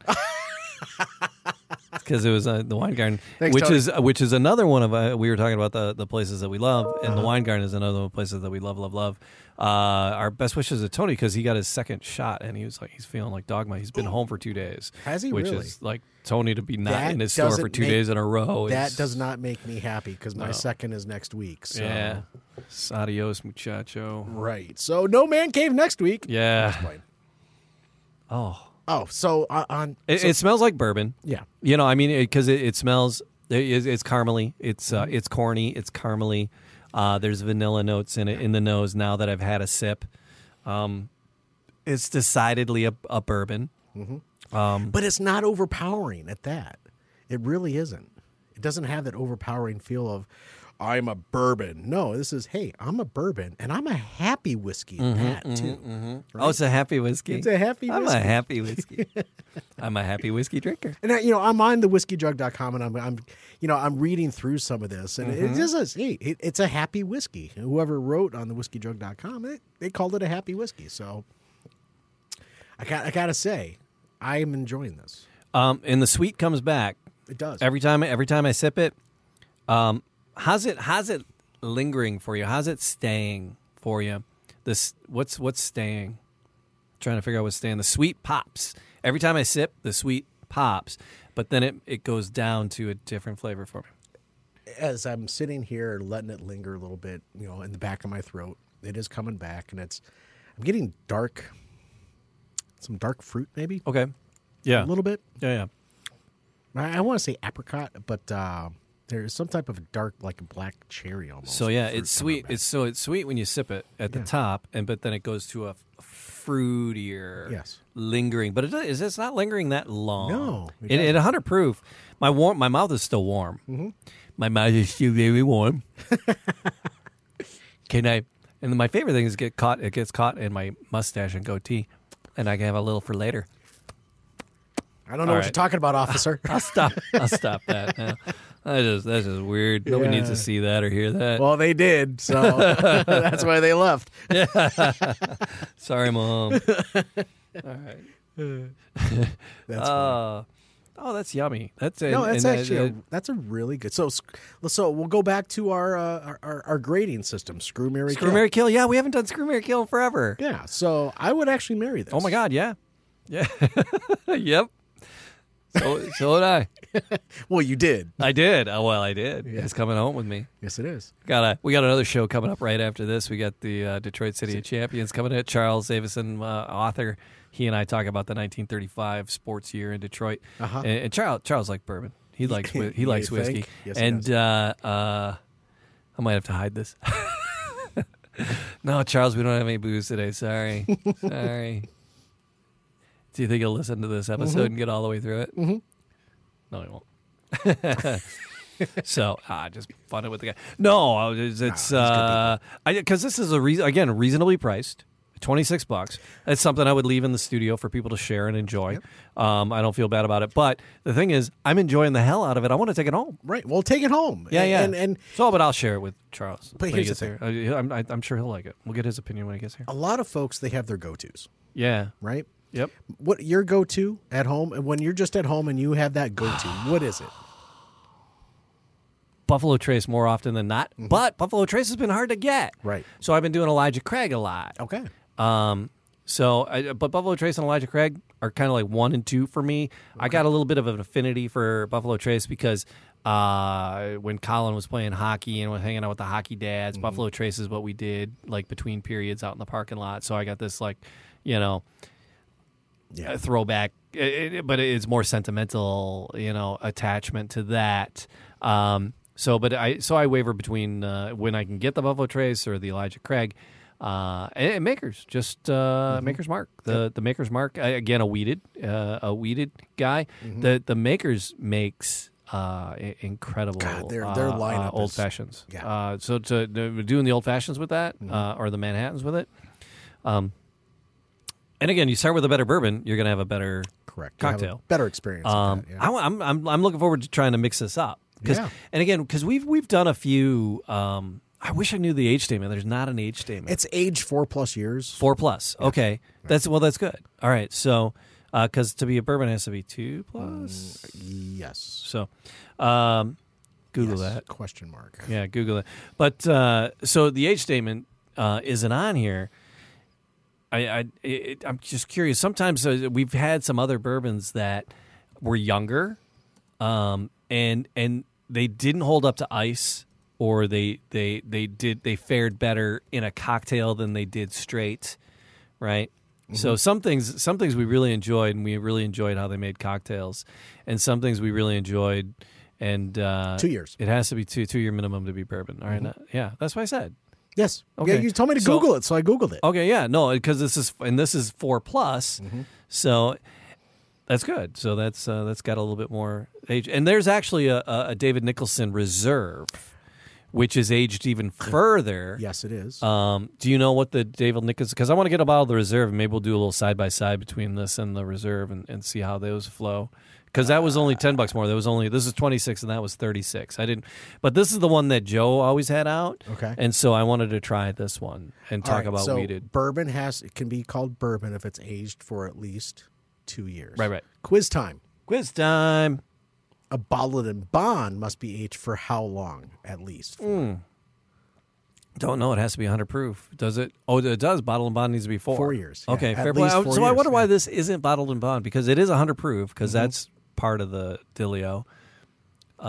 Speaker 2: because it was uh, the wine garden,
Speaker 3: Thanks,
Speaker 2: which
Speaker 3: Tony.
Speaker 2: is uh, which is another one of uh, we were talking about the the places that we love, and
Speaker 3: Uh-huh.
Speaker 2: the wine garden is another one of the places that we love, love, love. Uh, our best wishes to Tony because he got his second shot and he was like he's feeling like dogma. He's been home for two days.
Speaker 3: Oh. Has he
Speaker 2: Which
Speaker 3: really?
Speaker 2: is like Tony to be not
Speaker 3: That
Speaker 2: in his store for
Speaker 3: doesn't
Speaker 2: two
Speaker 3: make-
Speaker 2: days in a row.
Speaker 3: That
Speaker 2: is-
Speaker 3: does not make me happy because my second is next week. So.
Speaker 2: yeah. Adios, muchacho.
Speaker 3: Right. So no man cave next week.
Speaker 2: Yeah.
Speaker 3: Fine.
Speaker 2: Oh,
Speaker 3: Oh, so on. on
Speaker 2: it,
Speaker 3: so-
Speaker 2: it smells like bourbon.
Speaker 3: yeah.
Speaker 2: You know, I mean, because it, it, smells. It, it's- it's caramely. It's uh, it's corny. It's caramely. Uh, there's vanilla notes in it in the nose. Now that I've had a sip, um, it's decidedly a, a bourbon.
Speaker 3: But it's not overpowering at that. It really isn't. It doesn't have that overpowering feel of, I'm a bourbon. No, this is, hey, I'm a bourbon and I'm a happy whiskey in
Speaker 2: Mm-hmm,
Speaker 3: that too.
Speaker 2: Oh, it's a happy whiskey.
Speaker 3: It's a happy
Speaker 2: I'm
Speaker 3: whiskey.
Speaker 2: a happy whiskey. I'm a happy whiskey drinker.
Speaker 3: And I, you know, I'm on the whiskeyjug.com and I'm, I'm, you know, I'm reading through some of this and it just is, hey, it, it's a happy whiskey. Whoever wrote on the whiskeyjug.com, they, they called it a happy whiskey. So I got, I got to say, I am enjoying this.
Speaker 2: Um, and the sweet comes back
Speaker 3: It does.
Speaker 2: every time. Every time I sip it, um, how's it? How's it lingering for you? How's it staying for you? This what's what's staying? Trying to figure out what's staying. The sweet pops every time I sip. The sweet pops, but then it it goes down to a different flavor for me.
Speaker 3: as I'm sitting here letting it linger a little bit, you know, in the back of my throat, it is coming back and it's I'm getting dark some dark fruit maybe
Speaker 2: Okay, Oh, yeah,
Speaker 3: a little bit.
Speaker 2: yeah, yeah.
Speaker 3: I, I want to say apricot, but uh, there's some type of dark like black cherry almost.
Speaker 2: So yeah,
Speaker 3: fruit
Speaker 2: it's
Speaker 3: coming
Speaker 2: sweet.
Speaker 3: back.
Speaker 2: It's so it's sweet when you sip it at the top, and but then it goes to a f- fruitier,
Speaker 3: Yes.
Speaker 2: lingering. But it is it's not lingering that long.
Speaker 3: No, it Mm-hmm.
Speaker 2: it, at 100 proof, my warm my mouth is still warm. My mouth is still very warm. can I? And then my favorite thing is get caught. It gets caught in my mustache and goatee, and I can have a little for later.
Speaker 3: I don't know
Speaker 2: all
Speaker 3: what
Speaker 2: right.
Speaker 3: you're talking about, officer.
Speaker 2: I'll stop. I'll stop that. now. That is that's just weird. Nobody needs to
Speaker 3: Yeah.
Speaker 2: see that or hear that.
Speaker 3: well, they did, so that's why they left.
Speaker 2: Sorry, mom. All right.
Speaker 3: That's
Speaker 2: Uh, oh, that's yummy. That's
Speaker 3: No, that's actually a, that's a really good. So, sc- so we'll go back to our uh, our- our, our grading system. Screw Mary.
Speaker 2: screw Mary Kill. Yeah, we haven't done screw Mary Kill in forever.
Speaker 3: Yeah. So I would actually marry this.
Speaker 2: Oh my God, yeah, yeah, yep. So, so did I.
Speaker 3: Well, you did.
Speaker 2: I did. Oh, well, I did. It's coming home with me.
Speaker 3: Yes, it is.
Speaker 2: Got a, we got another show coming up right after this. We got the uh, Detroit City of Champions coming at Charles Davison, uh, author. He and I talk about the 1935 sports year in Detroit.
Speaker 3: Uh-huh.
Speaker 2: And, and Charles Charles likes bourbon. He likes whi- he
Speaker 3: You
Speaker 2: likes
Speaker 3: think?
Speaker 2: whiskey.
Speaker 3: Yes, he
Speaker 2: and
Speaker 3: does.
Speaker 2: uh, uh, I might have to hide this. no, Charles, we don't have any booze today. Sorry, sorry. Do you think he'll listen to this episode and get all the way through it? Mm-hmm. No, he won't. So ah, just fun it with the guy. No, I was- it's it's uh, because this is a reason again reasonably priced, twenty six bucks. It's something I would leave in the studio for people to share and enjoy. Um, I don't feel bad about it, but the thing is, I'm enjoying the hell out of it. I want to take it home.
Speaker 3: Right. Well, take it home.
Speaker 2: Yeah,
Speaker 3: and,
Speaker 2: yeah.
Speaker 3: And, and
Speaker 2: so, but I'll share it with Charles.
Speaker 3: But
Speaker 2: when he
Speaker 3: here's the Oh.
Speaker 2: gets here. I, I'm, I, I'm sure he'll like it. We'll get his opinion when he gets here.
Speaker 3: a lot of folks they have their go tos,
Speaker 2: Yeah.
Speaker 3: right?
Speaker 2: Yep.
Speaker 3: What your go to at home? And when you're just at home and you have that go to, what is it?
Speaker 2: Buffalo Trace more often than not, but Buffalo Trace has been hard to get.
Speaker 3: Right.
Speaker 2: So I've been doing Elijah Craig a lot.
Speaker 3: Okay.
Speaker 2: Um, so, I, but Buffalo Trace and Elijah Craig are kind of like one and two for me. I got a little bit of an affinity for Buffalo Trace because uh, when Colin was playing hockey and was hanging out with the hockey dads, Buffalo Trace is what we did like between periods out in the parking lot. So I got this like, you know,
Speaker 3: Yeah.
Speaker 2: a throwback, it, it, but it's more sentimental, you know, attachment to that. Um, so, but I so I waver between uh, when I can get the Buffalo Trace or the Elijah Craig, uh, and, and Makers, just uh,
Speaker 3: Mm-hmm.
Speaker 2: Makers Mark, the the Makers Mark I, again a weeded uh, a weeded guy.
Speaker 3: Mm-hmm.
Speaker 2: The the Makers makes. Uh, i- incredible!
Speaker 3: God, their- their
Speaker 2: uh, uh,
Speaker 3: lineup is-
Speaker 2: old fashions.
Speaker 3: Yeah. Mm-hmm.
Speaker 2: Uh, so to, to doing the old fashions with that, uh, or the Manhattan's with it, and again, you start with a better bourbon, you're going to have a better
Speaker 3: Correct. You have a
Speaker 2: cocktail.
Speaker 3: better experience. with
Speaker 2: Um,
Speaker 3: that, yeah.
Speaker 2: I, am I'm I'm looking forward to trying to mix this up. 'Cause-
Speaker 3: Yeah.
Speaker 2: And again, because we've we've done a few. Um, I wish I knew the age statement. There's not an age statement.
Speaker 3: It's age four plus years.
Speaker 2: four plus. Okay, that's well, that's good. All right, so Because to be a bourbon, it has to be two plus.
Speaker 3: Mm. Yes.
Speaker 2: So, um, Google
Speaker 3: Yes.
Speaker 2: that.
Speaker 3: Question mark.
Speaker 2: Yeah, Google it. But uh, so the age statement uh, isn't on here. I, I it, I'm just curious. Sometimes uh, we've had some other bourbons that were younger, um, and and they didn't hold up to ice, or they they they did they fared better in a cocktail than they did straight, right?
Speaker 3: Mm-hmm.
Speaker 2: So some things some things we really enjoyed, and we really enjoyed how they made cocktails, and some things we really enjoyed, and uh,
Speaker 3: Two years. Mm-hmm.
Speaker 2: it has to be two two year minimum to be bourbon. All right, now- yeah, that's what I said.
Speaker 3: Yes. Yeah,
Speaker 2: Okay.
Speaker 3: you told me to
Speaker 2: So-
Speaker 3: Google it, so I Googled it.
Speaker 2: Okay, yeah, no, because this is and this is four plus,
Speaker 3: Mm-hmm.
Speaker 2: so that's good. So that's uh, that's got a little bit more age, and there's actually a, a a David Nicholson Reserve, which is aged even further.
Speaker 3: Yes, it is.
Speaker 2: Um, do you know what the David Nicholson? Because I want to get a bottle of the reserve, and maybe we'll do a little side by side between this and the reserve, and, and see how those flow. Because that was
Speaker 3: Ah.
Speaker 2: only ten bucks more. That was only this is twenty six, and that was thirty six. I didn't, but this is the one that Joe always had out.
Speaker 3: Okay.
Speaker 2: and so I wanted to try this one and
Speaker 3: All
Speaker 2: talk
Speaker 3: right,
Speaker 2: about
Speaker 3: so
Speaker 2: weeded.
Speaker 3: Bourbon has it can be called bourbon if it's aged for at least two years.
Speaker 2: Right, right.
Speaker 3: Quiz time.
Speaker 2: Quiz time.
Speaker 3: A bottled and bond must be aged for how long at least?
Speaker 2: Mm.
Speaker 3: Four,
Speaker 2: Don't know. It has to be hundred proof. Does it? Oh, it does. Bottle and bond needs to be four.
Speaker 3: Four years, yeah.
Speaker 2: Okay,
Speaker 3: At
Speaker 2: fair play.
Speaker 3: least
Speaker 2: I-
Speaker 3: four
Speaker 2: So I
Speaker 3: years,
Speaker 2: wonder why
Speaker 3: yeah. Mm-hmm.
Speaker 2: this isn't bottled and bond because it is hundred proof because that's part of the Dilio. Uh.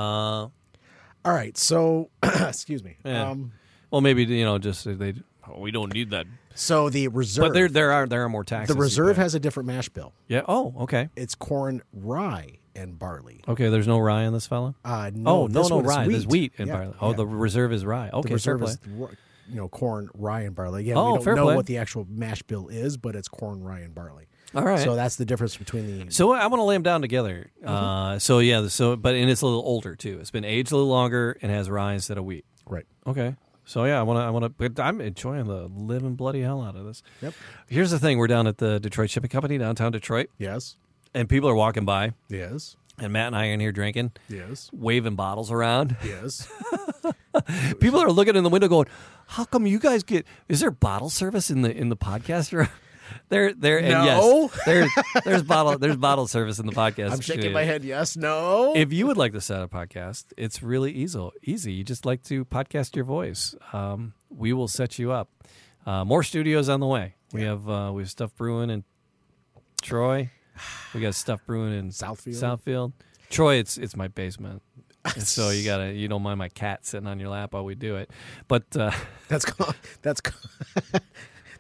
Speaker 3: All right. So excuse me.
Speaker 2: Yeah.
Speaker 3: Um,
Speaker 2: Well, maybe you know, just if they. Oh, we don't need that.
Speaker 3: so the reserve
Speaker 2: But there, there are there are more
Speaker 3: the
Speaker 2: taxes.
Speaker 3: reserve
Speaker 2: you pay.
Speaker 3: has a different mash bill.
Speaker 2: Yeah. Oh, okay.
Speaker 3: It's corn, rye, and barley.
Speaker 2: Okay. There's no rye in this fella.
Speaker 3: Uh, no,
Speaker 2: Oh no
Speaker 3: this
Speaker 2: no
Speaker 3: one is
Speaker 2: rye. There's wheat and
Speaker 3: Yeah,
Speaker 2: barley. Oh,
Speaker 3: yeah.
Speaker 2: the reserve is rye. Okay.
Speaker 3: the reserve
Speaker 2: fair
Speaker 3: is ro- you know corn, rye, and barley. Yeah,
Speaker 2: Oh,
Speaker 3: we don't
Speaker 2: fair
Speaker 3: know
Speaker 2: play.
Speaker 3: what the actual mash bill is, but it's corn, rye, and barley.
Speaker 2: All right.
Speaker 3: So that's the difference between the.
Speaker 2: So I want to lay them down together.
Speaker 3: Mm-hmm.
Speaker 2: Uh, so yeah. So but and it's a little older too. It's been aged a little longer and has rye instead of wheat.
Speaker 3: right.
Speaker 2: Okay. So yeah, I want to. I want to. But I'm enjoying the living bloody hell out of this.
Speaker 3: Yep.
Speaker 2: Here's the thing: we're down at the Detroit Shipping Company downtown Detroit,
Speaker 3: Yes.
Speaker 2: and people are walking by,
Speaker 3: Yes.
Speaker 2: and Matt and I are in here drinking,
Speaker 3: Yes.
Speaker 2: waving bottles around.
Speaker 3: Yes.
Speaker 2: People are looking in the window going, "How come you guys get? Is there bottle service in the in the podcast room?" There, there, and
Speaker 3: No.
Speaker 2: yes, there's there's bottle there's bottle service in the podcast.
Speaker 3: I'm shaking
Speaker 2: studio.
Speaker 3: my head. Yes. No.
Speaker 2: If you would like to set up a podcast, it's really easy. Easy. You just like to podcast your voice. Um, we will set you up. Uh, more studios on the way. We have uh, we have stuff brewing in Troy. We got stuff brewing in
Speaker 3: Southfield.
Speaker 2: Southfield. Troy, it's it's my basement. And so you gotta you don't mind my cat sitting on your lap while we do it. But uh,
Speaker 3: that's called, that's called,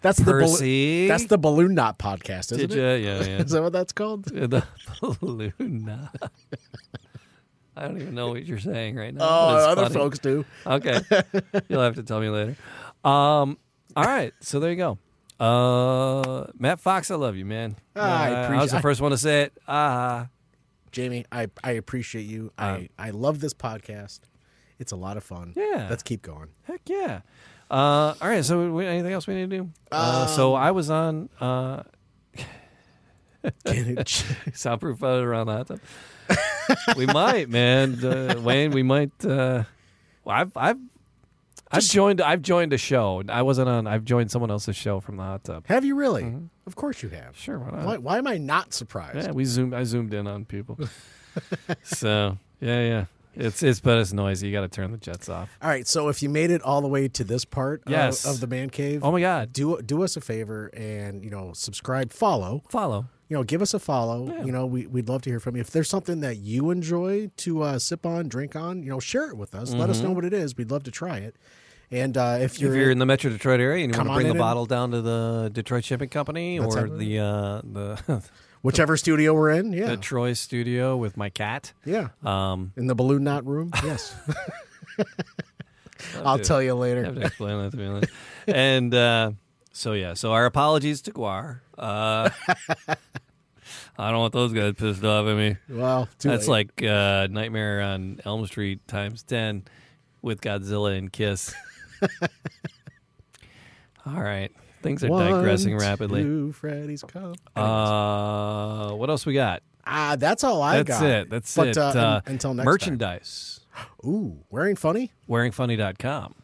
Speaker 3: that's
Speaker 2: Percy,
Speaker 3: the balloon, that's the balloon knot podcast, isn't
Speaker 2: did
Speaker 3: it?
Speaker 2: ya? Yeah, yeah.
Speaker 3: Is that what that's called?
Speaker 2: the balloon. I don't even know what you're saying right now.
Speaker 3: Oh,
Speaker 2: but it's
Speaker 3: other
Speaker 2: funny.
Speaker 3: folks do.
Speaker 2: Okay. You'll have to tell me later. Um, all right. So there you go. Uh, Matt Fox, I love you, man.
Speaker 3: I
Speaker 2: Uh,
Speaker 3: appreciate-
Speaker 2: was the first one to say it. Ah,
Speaker 3: Jamie, I, I appreciate you. I, I love this podcast. It's a lot of
Speaker 2: Um,
Speaker 3: fun.
Speaker 2: Yeah.
Speaker 3: Let's keep going.
Speaker 2: heck yeah. Uh, all right. So we, anything else we need to do? Uh, so
Speaker 3: Um,
Speaker 2: I was on uh, soundproof uh, around the hot tub. we might, man. Uh, Wayne, we might. Uh, well, I've I've I've joined I've joined a show. I wasn't on. I've joined someone else's show from the hot tub.
Speaker 3: have you really? Of course you have.
Speaker 2: Mm-hmm. Sure, why not?
Speaker 3: Why, why am I not surprised?
Speaker 2: Yeah, we zoomed. I zoomed in on people. so yeah, yeah. It's it's but it's noisy. You got to turn the jets off.
Speaker 3: All right, so if you made it all the way to this part of-
Speaker 2: Yes.
Speaker 3: of, the man cave,
Speaker 2: Oh my God!
Speaker 3: do do us a favor and you know subscribe, follow,
Speaker 2: Follow.
Speaker 3: you know, give us a follow. You know, we, we'd love to hear from you. If there's something that you enjoy to uh, sip on, drink on, you know, share it with us. Let us know what it is. We'd love to try it. And uh, if
Speaker 2: Mm-hmm. If
Speaker 3: you're,
Speaker 2: you're in the Metro Detroit area and you
Speaker 3: Come
Speaker 2: want to
Speaker 3: on
Speaker 2: bring the
Speaker 3: in and-
Speaker 2: bottle down to the Detroit Shipping Company
Speaker 3: That's
Speaker 2: or
Speaker 3: it.
Speaker 2: the uh, the
Speaker 3: whichever studio we're in, yeah,
Speaker 2: the Troy studio with my cat,
Speaker 3: yeah,
Speaker 2: um,
Speaker 3: in the balloon knot room, yes.
Speaker 2: Oh,
Speaker 3: I'll tell you
Speaker 2: I have
Speaker 3: later.
Speaker 2: to explain that to me. later. and uh, so yeah, so our apologies to Guar. Uh, I don't want those guys pissed off at me.
Speaker 3: Well, too
Speaker 2: That's
Speaker 3: late.
Speaker 2: like uh, Nightmare on Elm Street times ten with Godzilla and Kiss. All right, things are
Speaker 3: One,
Speaker 2: digressing rapidly.
Speaker 3: two, Freddy's come.
Speaker 2: Uh, what else we got?
Speaker 3: Ah, that's all I
Speaker 2: That's
Speaker 3: got.
Speaker 2: it. That's
Speaker 3: but,
Speaker 2: it.
Speaker 3: Uh, un-
Speaker 2: Uh,
Speaker 3: until next
Speaker 2: merchandise.
Speaker 3: time. Ooh, wearing funny.
Speaker 2: Wearingfunny.com.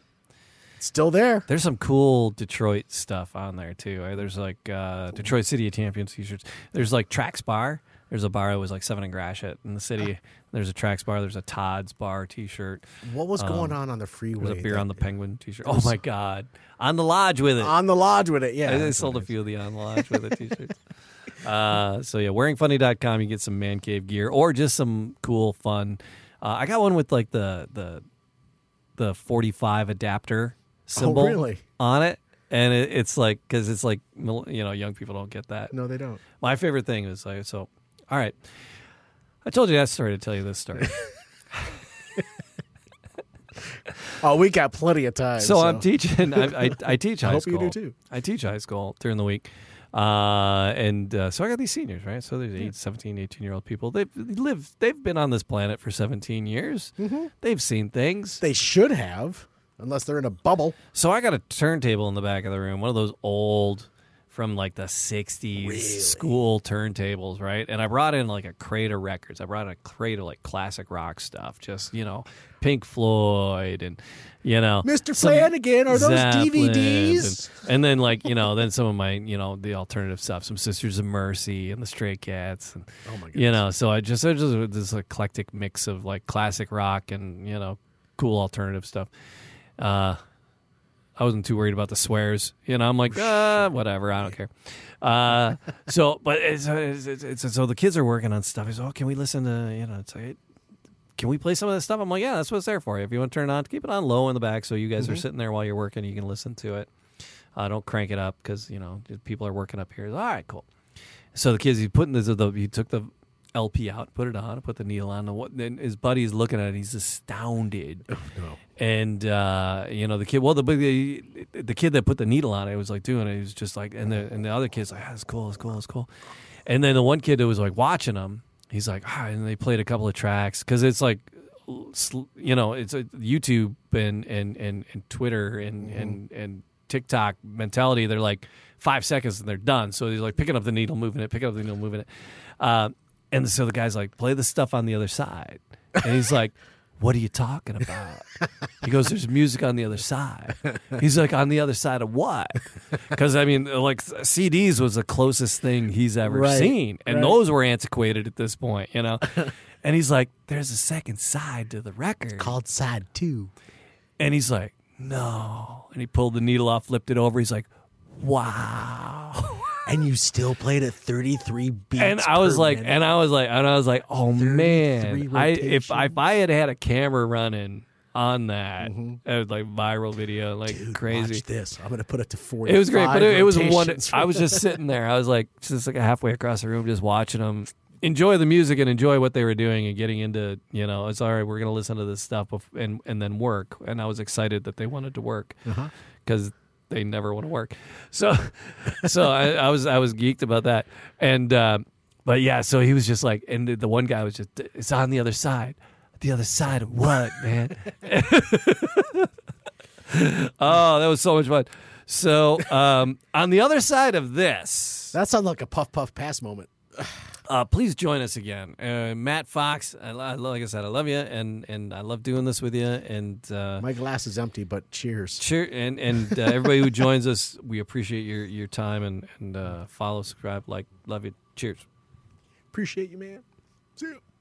Speaker 3: Still there.
Speaker 2: There's some cool Detroit stuff on there too. Uh, There's like uh, Detroit City of Champions t-shirts. There's like Trax Bar. There's a bar that was like Seven and Gratiot in the city.
Speaker 3: Ah.
Speaker 2: There's a Trax Bar. There's a Todd's Bar T-shirt.
Speaker 3: What was going on on the freeway?
Speaker 2: Um, There's a beer
Speaker 3: that- Ah,
Speaker 2: on the Penguin T-shirt. Oh my God! On the lodge with it.
Speaker 3: on the lodge with it. Yeah.
Speaker 2: I sold a few of the on the lodge with it T-shirts. Uh, so yeah, wearingfunny.com. You get some man cave gear or just some cool fun. Uh, I got one with like the the the 45 adapter symbol
Speaker 3: Oh, really?
Speaker 2: on it, and it, it's like because it's like mil- you know young people don't get that.
Speaker 3: no, they don't.
Speaker 2: My favorite thing is like so. All right, I told you that story to tell you this story.
Speaker 3: Oh, we got plenty of time.
Speaker 2: so, I'm teaching. I, I, I teach high
Speaker 3: hope you
Speaker 2: school.
Speaker 3: do too.
Speaker 2: I teach high school during the week. Uh, and uh, so I got these seniors, right? So there's eight, 17, 18 year old people. They've lived, they've been on this planet for 17 years.
Speaker 3: Mm-hmm.
Speaker 2: They've seen things.
Speaker 3: they should have, unless they're in a bubble.
Speaker 2: So I got a turntable in the back of the room, one of those old from like the 60s school turntables, right? And I brought in like a crate of records. I brought in a crate of like classic rock stuff, just, you know, Pink Floyd and, you know.
Speaker 3: Mr.
Speaker 2: some
Speaker 3: Flanagan, are those
Speaker 2: Zeppelins
Speaker 3: DVDs?
Speaker 2: And, and then like, you know, then some of my, you know, the alternative stuff, some Sisters of Mercy and the Stray Cats and
Speaker 3: Oh my
Speaker 2: you know, so I just I just this eclectic mix of like classic rock and you know cool alternative stuff. Uh, I wasn't too worried about the swears. You know, I'm like, uh, whatever, I don't care. Uh, so, but it's, it's, it's, it's- so the kids are working on stuff. He's, oh, can we listen to you know? It's like, can we play some of that stuff? I'm like, yeah, that's what it's there for. If you want to turn it on, keep it on low in the back so you guys are sitting there while you're working. You can listen to it. Uh, don't crank it up because you know people are working up here. All right, cool. So the kids, he put in this, the, he took the LP out, put it on, put the needle on. The what? Then his buddy's looking at it. He's astounded.
Speaker 3: no.
Speaker 2: And uh, you know the kid. Well, the, the the kid that put the needle on it was like doing it. He was just like, and the and the other kid's like, ah, it's cool, it's cool, it's cool. And then the one kid that was like watching him, he's like, ah, and they played a couple of tracks because it's like, sl- you know, it's uh, YouTube and and and, and Twitter and and and TikTok mentality. They're like five seconds and they're done. So he's like picking up the needle, moving it, picking up the needle, moving it. Uh, and so the guy's like, play the stuff on the other side. And he's like, what are you talking about? He goes, there's music on the other side. He's like, on the other side of what? Because, I mean, like CDs was the closest thing he's ever
Speaker 3: Right,
Speaker 2: seen. And
Speaker 3: right.
Speaker 2: those were antiquated at this point, you know? and he's like, there's a second side to the record.
Speaker 3: Called side two.
Speaker 2: And he's like, no. And he pulled the needle off, flipped it over. He's like, wow.
Speaker 3: And you still played at 33 beats.
Speaker 2: and I was
Speaker 3: per
Speaker 2: like,
Speaker 3: minute.
Speaker 2: and I was like, and I was like, oh man, I if
Speaker 3: rotations. Mm-hmm.
Speaker 2: I, if I had had a camera running on that, it was like viral video, like
Speaker 3: Dude,
Speaker 2: crazy.
Speaker 3: Watch this. I'm going to put it to 40.
Speaker 2: It was great, but it, it was one. I was just sitting there. I was like, just like halfway across the room, just watching them enjoy the music and enjoy what they were doing and getting into. You know, it's all right. We're gonna listen to this stuff bef- and and then work. And I was excited that they wanted to work because they never want to work. So, so I, I was I was geeked about that. And uh, but yeah, so he was just like, and the- the one guy was just, it's on the other side. The other side of what, man? Oh, that was so much fun. So, um, on the other side of this,
Speaker 3: That sounds like a puff puff pass moment.
Speaker 2: uh, please join us again. Uh, Matt Fox, I, lo- I lo- like I said, I love you, and and I love doing this with you. And uh,
Speaker 3: My glass is empty, but cheers.
Speaker 2: cheer and and uh, everybody who joins us, we appreciate your your time and and uh, follow, subscribe, like, love you. Cheers.
Speaker 3: Appreciate you, man. See you.